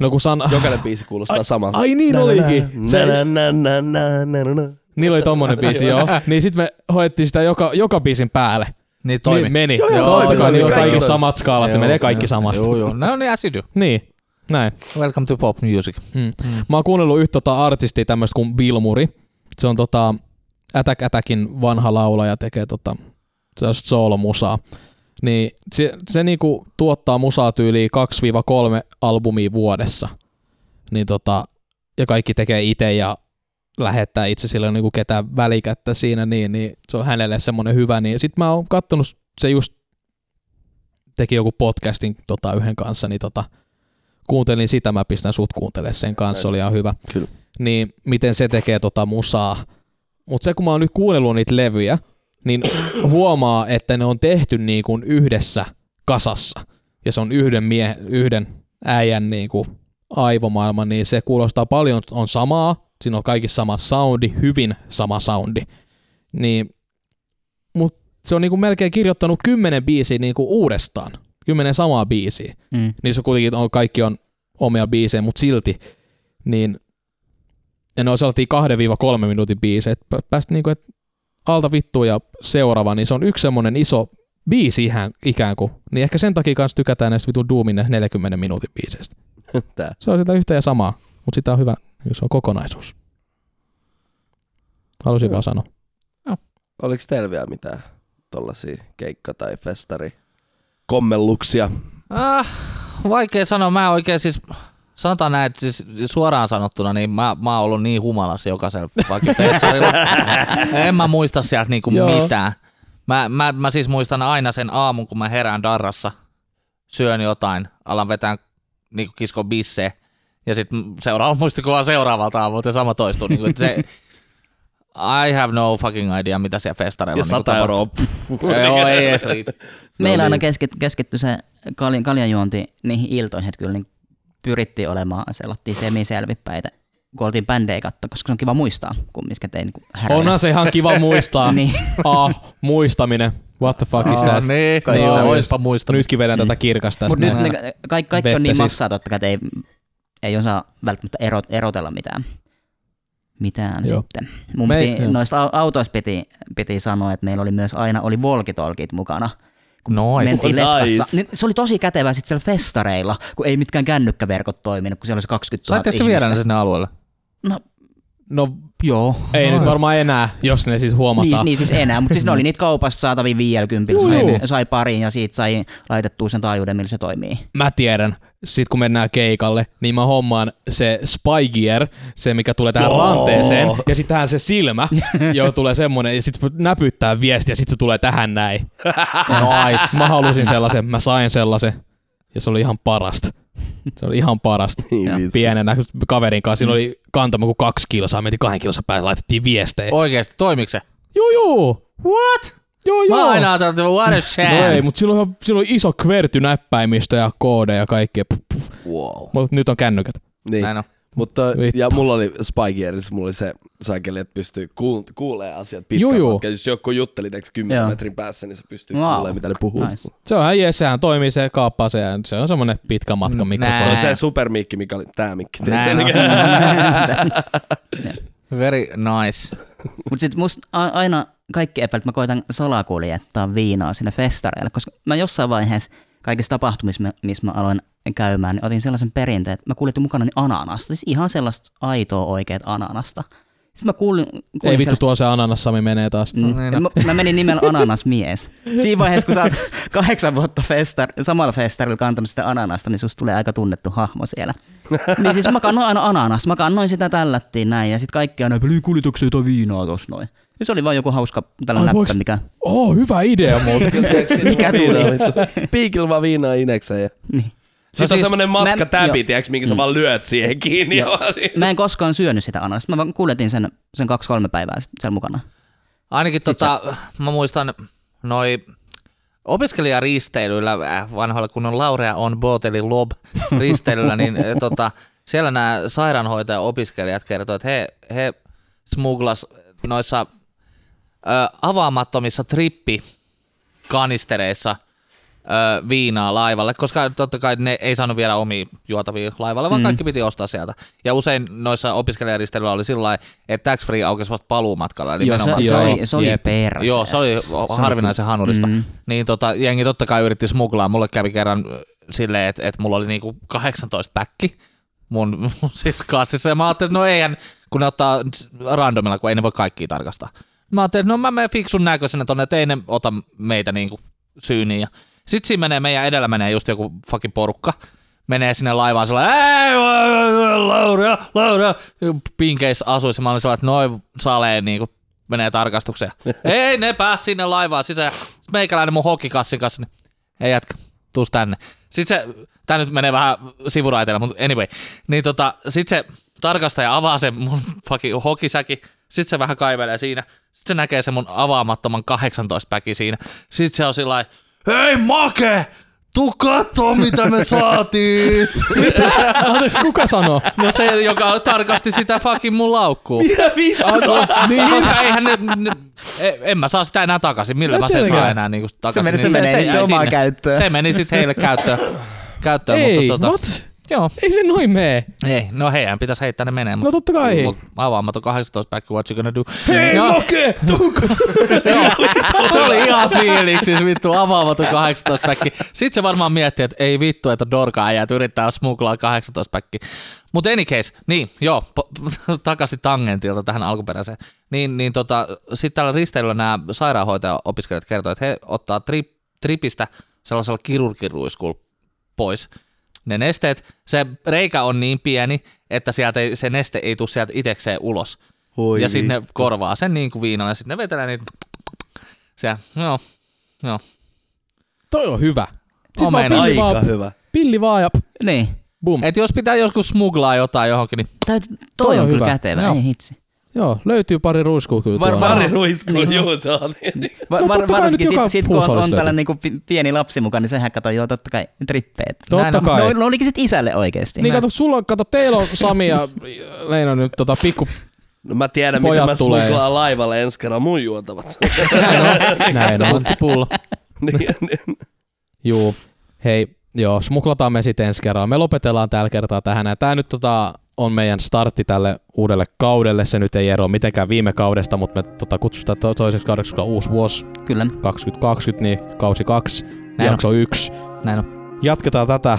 S5: No kun san...
S4: Jokainen biisi kuulostaa samalta.
S5: Ai niin olikin. Se-
S4: Na, na, na, na, na, na, na.
S5: Niillä oli tommonen biisi, joo. Niin sit me hoettiin sitä joka, joka biisin päälle.
S2: Niin toimi.
S5: Niin meni.
S4: Joo, joo,
S5: Totta
S4: toimi,
S5: kai
S4: toimi,
S5: niillä on
S4: kaikki
S5: kaikki
S4: toimi.
S5: samat skaalat, se
S2: Joo,
S5: menee kaikki
S2: joo.
S5: samasta.
S2: Joo, joo. No niin, as you do.
S5: Niin, näin.
S2: Welcome to pop music.
S5: Mm.
S2: Mm.
S5: Mä oon kuunnellut yhtä tota artistia tämmöstä kuin Vilmuri. Se on tota Attack Attackin vanha laulaja, tekee tota sellaista soolomusaa. Niin se, se niinku tuottaa musaa tyyliin 2-3 albumia vuodessa. Niin tota, ja kaikki tekee itse ja lähettää itse sillä ei ole niinku ketään välikättä siinä, niin, niin se on hänelle semmoinen hyvä. Niin. Sitten mä oon kattonut, se just teki joku podcastin tota, yhden kanssa, niin tota, kuuntelin sitä, mä pistän sut kuuntelemaan sen kanssa, se oli ihan hyvä.
S4: Kyllä.
S5: Niin miten se tekee tota musaa. Mutta se kun mä oon nyt kuunnellut niitä levyjä, niin huomaa, että ne on tehty niin kuin yhdessä kasassa. Ja se on yhden, mie- yhden äijän niin kuin aivomaailma, niin se kuulostaa paljon, on samaa. Siinä on kaikki sama soundi, hyvin sama soundi. Niin mutta se on niinku melkein kirjoittanut kymmenen biisiä niinku uudestaan. Kymmenen samaa biisiä.
S3: Mm.
S5: Niissä kuitenkin on, kaikki on omia biisejä, mutta silti. Niin, ja ne on sellaisia 2-3 minuutin biisejä. Et pä- Päästä niinku, et alta vittua ja seuraava, niin se on yksi semmonen iso biisi ihan, ikään kuin. Niin ehkä sen takia kanssa tykätään näistä vitun Doomin näistä 40 minuutin biiseistä.
S4: Tää.
S5: Se on sitä yhtä ja samaa, mutta sitä on hyvä, jos on kokonaisuus. Halusin vaan sanoa.
S4: Oliko teillä vielä mitään tollasia keikka- tai festari kommelluksia?
S2: Ah, vaikea sanoa. Mä oikein siis, sanotaan näin, että siis suoraan sanottuna, niin mä, mä oon ollut niin humalassa jokaisella fucking festarilla. en mä muista sieltä niinku
S5: Joo.
S2: mitään. Mä, mä, mä siis muistan aina sen aamun, kun mä herään darrassa, syön jotain, alan vetää niinku kisko bisse ja sitten seuraava muistikuva seuraavalta aamulta ja sama toistuu. Niinku, että se, I have no fucking idea, mitä siellä festareilla
S4: Ja
S2: niinku
S4: 100
S2: tapahtuu.
S4: euroa.
S2: Joo, ei edes riitä.
S3: Meillä aina
S4: niin.
S3: keskit, keskittyi se kaljan, kaljanjuonti niihin iltoihin, että kyllä niin pyrittiin olemaan sellattiin semiselvipäitä, kun oltiin bändejä katsoa, koska se on kiva muistaa, kumminkin tein niin
S5: Onhan se ihan kiva muistaa.
S3: Niin.
S5: ah, muistaminen. What the fuck is that?
S2: niin,
S5: Kai
S2: no,
S5: joo.
S2: oispa muista.
S5: Nytkin vedän tätä kirkasta
S3: Mutta
S5: tästä.
S3: nyt
S5: näin.
S3: ne, ka- kaikki, kaikki on
S5: vettä
S3: niin
S5: siis.
S3: massaa totta kai, että ei, ei osaa välttämättä erot, erotella mitään. Mitään
S5: Joo.
S3: Joo. sitten. Mun
S5: Me-
S3: piti,
S5: joo.
S3: noista au- autoista piti, piti sanoa, että meillä oli myös aina oli volkitolkit mukana.
S2: Nois.
S3: Mentiin
S4: Nice.
S3: letkassa. Niin Se oli tosi kätevää sitten siellä festareilla, kun ei mitkään kännykkäverkot toiminut, kun siellä oli se 20 000
S2: Saitte
S3: ihmistä.
S2: sitten viedä ne sinne alueelle?
S5: No
S3: Joo.
S5: ei nyt varmaan enää, jos ne siis
S3: Niin,
S5: huomataan.
S3: niin, siis enää, mutta siis ne oli niitä kaupassa saatavia 50,
S5: Juu,
S3: sai,
S5: juu.
S3: sai pariin ja siitä sai laitettua sen taajuuden, millä se toimii.
S5: Mä tiedän, sit kun mennään keikalle, niin mä hommaan se spy gear, se mikä tulee tähän
S4: Joo.
S5: ranteeseen, ja sit tähän se silmä, joo tulee semmonen, ja sit näpyttää viesti, ja sit se tulee tähän näin. Nice. Mä halusin sellaisen, mä sain sellaisen, ja se oli ihan parasta. Se oli ihan parasta.
S4: Niin vitsi.
S5: Pienenä kaverin kanssa, siinä oli kantama kuin kaksi kilsaa, mentiin kahden kilsan päälle, laitettiin viestejä.
S2: Oikeesti, toimiko se?
S5: Joo, joo. What? Joo,
S2: Mä
S5: joo.
S2: oon aina ajatellut, että what a shame.
S5: No ei, mutta silloin, ihan- silloin iso kverty näppäimistö ja koode ja kaikkea. Puh, puh.
S4: Wow.
S5: Mut nyt on kännykät.
S4: Niin.
S2: Näin on.
S4: Mutta,
S5: Vittu.
S4: ja mulla oli Spygierissa, mulla oli se saakeli, että pystyy kuul- kuulemaan asiat pitkän
S5: Juu, juu.
S4: matkan. Jos joku jutteli teks 10
S3: Joo.
S4: metrin päässä, niin se pystyy
S3: Wow.
S4: kuulemaan, mitä ne puhuu.
S3: Nice.
S5: Se on ihan jees, sehän toimii, se kaappaa se ja se on semmonen pitkä matka
S2: Mm,
S5: mikrofoni.
S4: Se on
S2: nää.
S4: se supermikki, mikä oli tää mikki.
S2: Näin on. Very nice.
S3: Mutta sitten musta a- aina kaikki epäilyt, mä koitan salakuljettaa viinaa sinne festareille, koska mä jossain vaiheessa kaikissa tapahtumissa, mä- missä mä aloin käymään, niin otin sellaisen perinteen, että mä kuljetin mukana niin ananasta, siis ihan sellaista aitoa oikeat ananasta. Sitten mä kuulin, kuulin
S5: Ei vittu,
S3: siellä-
S5: tuo se ananassami menee taas.
S3: Mm.
S2: Niin
S5: no.
S3: Mä, mä menin nimellä Ananasmies. Siinä vaiheessa, kun sä oot kahdeksan vuotta festar, samalla festarilla kantanut sitä ananasta, niin susta tulee aika tunnettu hahmo siellä. Niin siis mä kannoin aina ananasta, mä kannoin sitä tällättiin näin, ja sitten kaikki aina, "Eli kuljetukseen jotain viinaa tos noin. Ja se oli vaan joku hauska tällainen
S5: Ai, voiks-
S3: läppä, mikä...
S5: Oh, hyvä idea muuten.
S4: Mikä tuli? Piikillä vaan viinaa inekseen. Ja...
S3: Niin.
S4: Sitten
S2: siis
S4: on semmonen
S3: mä-
S4: matka täpi,
S3: joo.
S4: tiiäks, minkä sä vaan lyöt siihen kiinni.
S3: Joo.
S4: vaan, niin.
S3: Mä en koskaan syönyt sitä ananasta, mä vaan kuljetin sen, sen kaksi-kolme päivää sit siellä mukana.
S2: Ainakin tota, mä muistan noi opiskelijaristeilyillä, äh, vanhoilla kunnon Laurea on Boateli Lob risteilyllä, niin äh, tota, siellä nämä sairaanhoitaja-opiskelijat kertoivat, että he, he smuglas noissa ö, avaamattomissa trippikanistereissa ö, viinaa laivalle, koska totta kai ne ei saanut viedä omia juotavia laivalle, vaan mm. kaikki piti ostaa sieltä. Ja usein noissa opiskelijaristeilyillä oli sillä lailla, että tax free aukesi vasta paluumatkalla. Eli
S3: Joo, se,
S2: menomatkalla.
S3: se,
S5: joo,
S3: oli, se oli
S5: jep.
S3: perseestä.
S2: Joo, se oli harvinaisen hanurista. Mm. Niin tota, jengi totta kai yritti smuglaa. Mulle kävi kerran äh, silleen, että et mulla oli niinku 18 päkki mun, mun siis kassissa. Ja mä ajattelin, että no eihän, kun ne ottaa randomilla, kun ei ne voi kaikkia tarkastaa. Mä ajattelin, että no mä menen fiksun näköisenä tonne, että ei ne ota meitä niinku syyniin. Ja sit siinä menee, meidän edellä menee just joku fucking porukka. Menee sinne laivaan sellainen, ei, Laura, Laura, pinkeissä asuissa. Mä olin sellainen, että noin saleen niinku menee tarkastukseen. ei, ne pääs sinne laivaan sisään. Sit Meikäläinen mun hokikassin kanssa, niin ei jätkä, tuus tänne. Sitten se, tää nyt menee vähän sivuraiteilla, mutta anyway. Niin tota, sit se tarkastaja avaa sen mun fucking hokisäki, sit se vähän kaivelee siinä, sit se näkee sen mun avaamattoman 18 päki siinä. Sit se on sillä lailla, hei make, vittu kato mitä me saatiin.
S5: Anteeksi, kuka sanoo?
S2: No se, joka tarkasti sitä fucking mun laukkuu.
S5: Mitä vittua? Niin,
S2: Koska eihän ne, ne, e- en mä saa sitä enää takaisin. Millä
S5: No
S2: mä sen saa
S5: tietenkään.
S2: enää niinku takaisin?
S3: meni- se menee
S2: jäi
S3: niiden omaan
S2: sinne.
S3: käyttöön.
S2: Se meni sitten heille käyttöön. käyttöön
S5: ei,
S2: mutta tota,
S5: what?
S2: Joo.
S5: Ei se noin mee.
S2: Ei, no heidän pitäisi heittää ne menee.
S5: No totta kai.
S2: Mut avaamaton 18 back, what you gonna do?
S5: Hei,
S2: Joo,
S5: Loke! Tunko!
S2: se oli ihan fiiliksissä vittu avaamaton 18 back. Sitten se varmaan miettii, että ei vittu, että dorka äijät yrittää smuglaa 18 back. Mutta any case, niin joo, po- takaisin tangentilta tähän alkuperäiseen. Niin, niin tota, sitten tällä risteilyllä nämä sairaanhoitaja-opiskelijat kertoo, että he ottaa trip, tripistä sellaisella kirurgiruiskulla pois ne nesteet. Se reikä on niin pieni, että sieltä ei, se neste ei tule sieltä itekseen ulos. Oi ja sitten ne korvaa sen niin kuin viinalla ja sitten ne vetelee niitä. Se, joo, joo.
S5: Toi on hyvä. Sitten vaan
S2: Omena.
S5: pilli
S6: Aika
S5: vaan,
S6: hyvä.
S5: pilli vaan ja
S3: Niin.
S5: bum.
S2: Et jos pitää joskus smuglaa jotain johonkin, niin
S3: Toi,
S5: Toi
S3: toi
S5: on
S3: on kyllä
S5: hyvä. No
S3: kätevä,
S2: Joo.
S3: ei hitsi.
S5: Joo, löytyy pari ruiskua kyllä
S3: Var-
S5: tuolla.
S3: var-
S6: Pari ruiskua, joo, se on.
S3: Va-
S5: No
S3: var-
S5: totta kai
S3: varsinkin
S5: nyt joka
S3: sit, sit, kun on, on
S5: puusallista
S3: tällä
S5: löytyy.
S3: niinku pi- pieni lapsi mukaan, niin sehän katsoi joo totta kai trippeet.
S2: Näin
S5: Totta
S2: on.
S5: kai.
S3: No, no olikin sit isälle oikeesti.
S5: Niin
S3: Näin.
S5: kato, sulla on, kato, teillä on Sami ja Leino nyt tota pikku...
S6: No mä tiedän, mitä
S5: Pojat
S6: mä
S5: tulee.
S6: smuglaan laivalle ensi kerran mun juontavat.
S5: Näin on. pullo.
S6: Niin, niin.
S5: Juu. Hei, joo, smuklataan me sitten ensi kerralla. Me lopetellaan tällä kertaa tähän. Ja Tää nyt tota, on meidän startti tälle uudelle kaudelle. Se nyt ei eroa mitenkään viime kaudesta, mutta me tota, kutsutaan to- toiseksi kaudeksi, koska uusi vuosi
S3: Kyllä.
S5: 2020, niin kausi 2,
S2: Näin
S5: jakso 1.
S2: näin on.
S5: Jatketaan tätä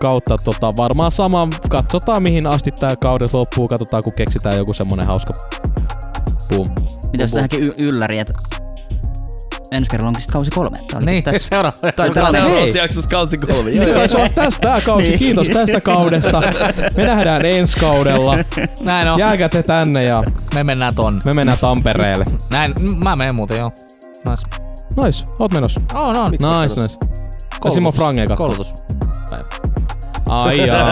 S5: kautta tota, varmaan saman. Katsotaan mihin asti tää kaudet loppuu. Katsotaan kun keksitään joku semmonen hauska boom.
S3: Mitä jos tähänkin y- ylläri, että ensi kerralla onkin sit kausi kolme. Tää olikin
S2: Niin,
S3: tässä.
S2: seuraava.
S3: Tai
S6: Joka
S3: tällä
S6: seuraavassa jaksossa kausi kolme.
S5: Niin
S6: Joo,
S5: se taisi olla tästä tää kausi.
S3: Niin.
S5: Kiitos tästä kaudesta. Me nähdään ensi kaudella.
S2: Näin on.
S5: Jääkää te tänne ja
S2: Me mennään tonne.
S5: me mennään Tampereelle.
S2: Näin, m- mä menen muuten, joo. Nois.
S5: Nois, oot menossa.
S2: Oh, no,
S5: Nice, nice. Ja
S2: Koulutus.
S5: Simon Frangen katsoo.
S2: koulutus.
S5: Ai jaa.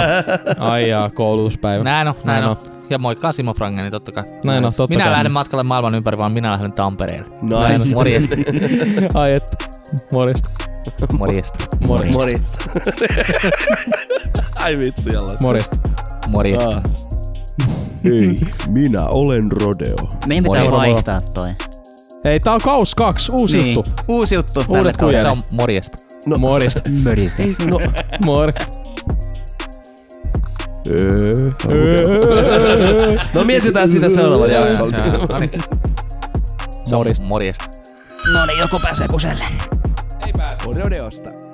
S5: Ai jaa, koulutuspäivä.
S2: Näin on, näin,
S5: Näin
S2: näin
S5: on.
S2: on. Ja moikkaa Simo Frangeni totta kai.
S5: Näin on, totta
S2: minä
S5: kai.
S2: lähden matkalle maailman ympäri, vaan minä lähden Tampereelle.
S6: joo. Nice.
S2: Morjesta,
S5: Ai että. Morjesta.
S2: morjesta,
S5: Morjesta.
S6: Morjesta. Ai vitsi, jollaista.
S5: Morjesta.
S2: morjesta.
S6: Ah. Ei, minä olen Rodeo.
S3: Meidän pitää
S5: Voi, voi, voi.
S3: vaihtaa toi.
S5: Hei, tää on kaus kaksi, uusi niin. juttu.
S3: Uusi juttu.
S5: Uudet
S2: Se
S5: kujet.
S2: on morjesta.
S6: No.
S5: Morjesta.
S3: Möristä.
S6: No,
S5: Morjesta.
S6: no mietitään sitä seuraavalla jaksolla.
S2: No niin. Se on
S5: Morjesta.
S2: morjesta.
S3: No niin, joku pääsee kuselle.
S6: Rodeosta.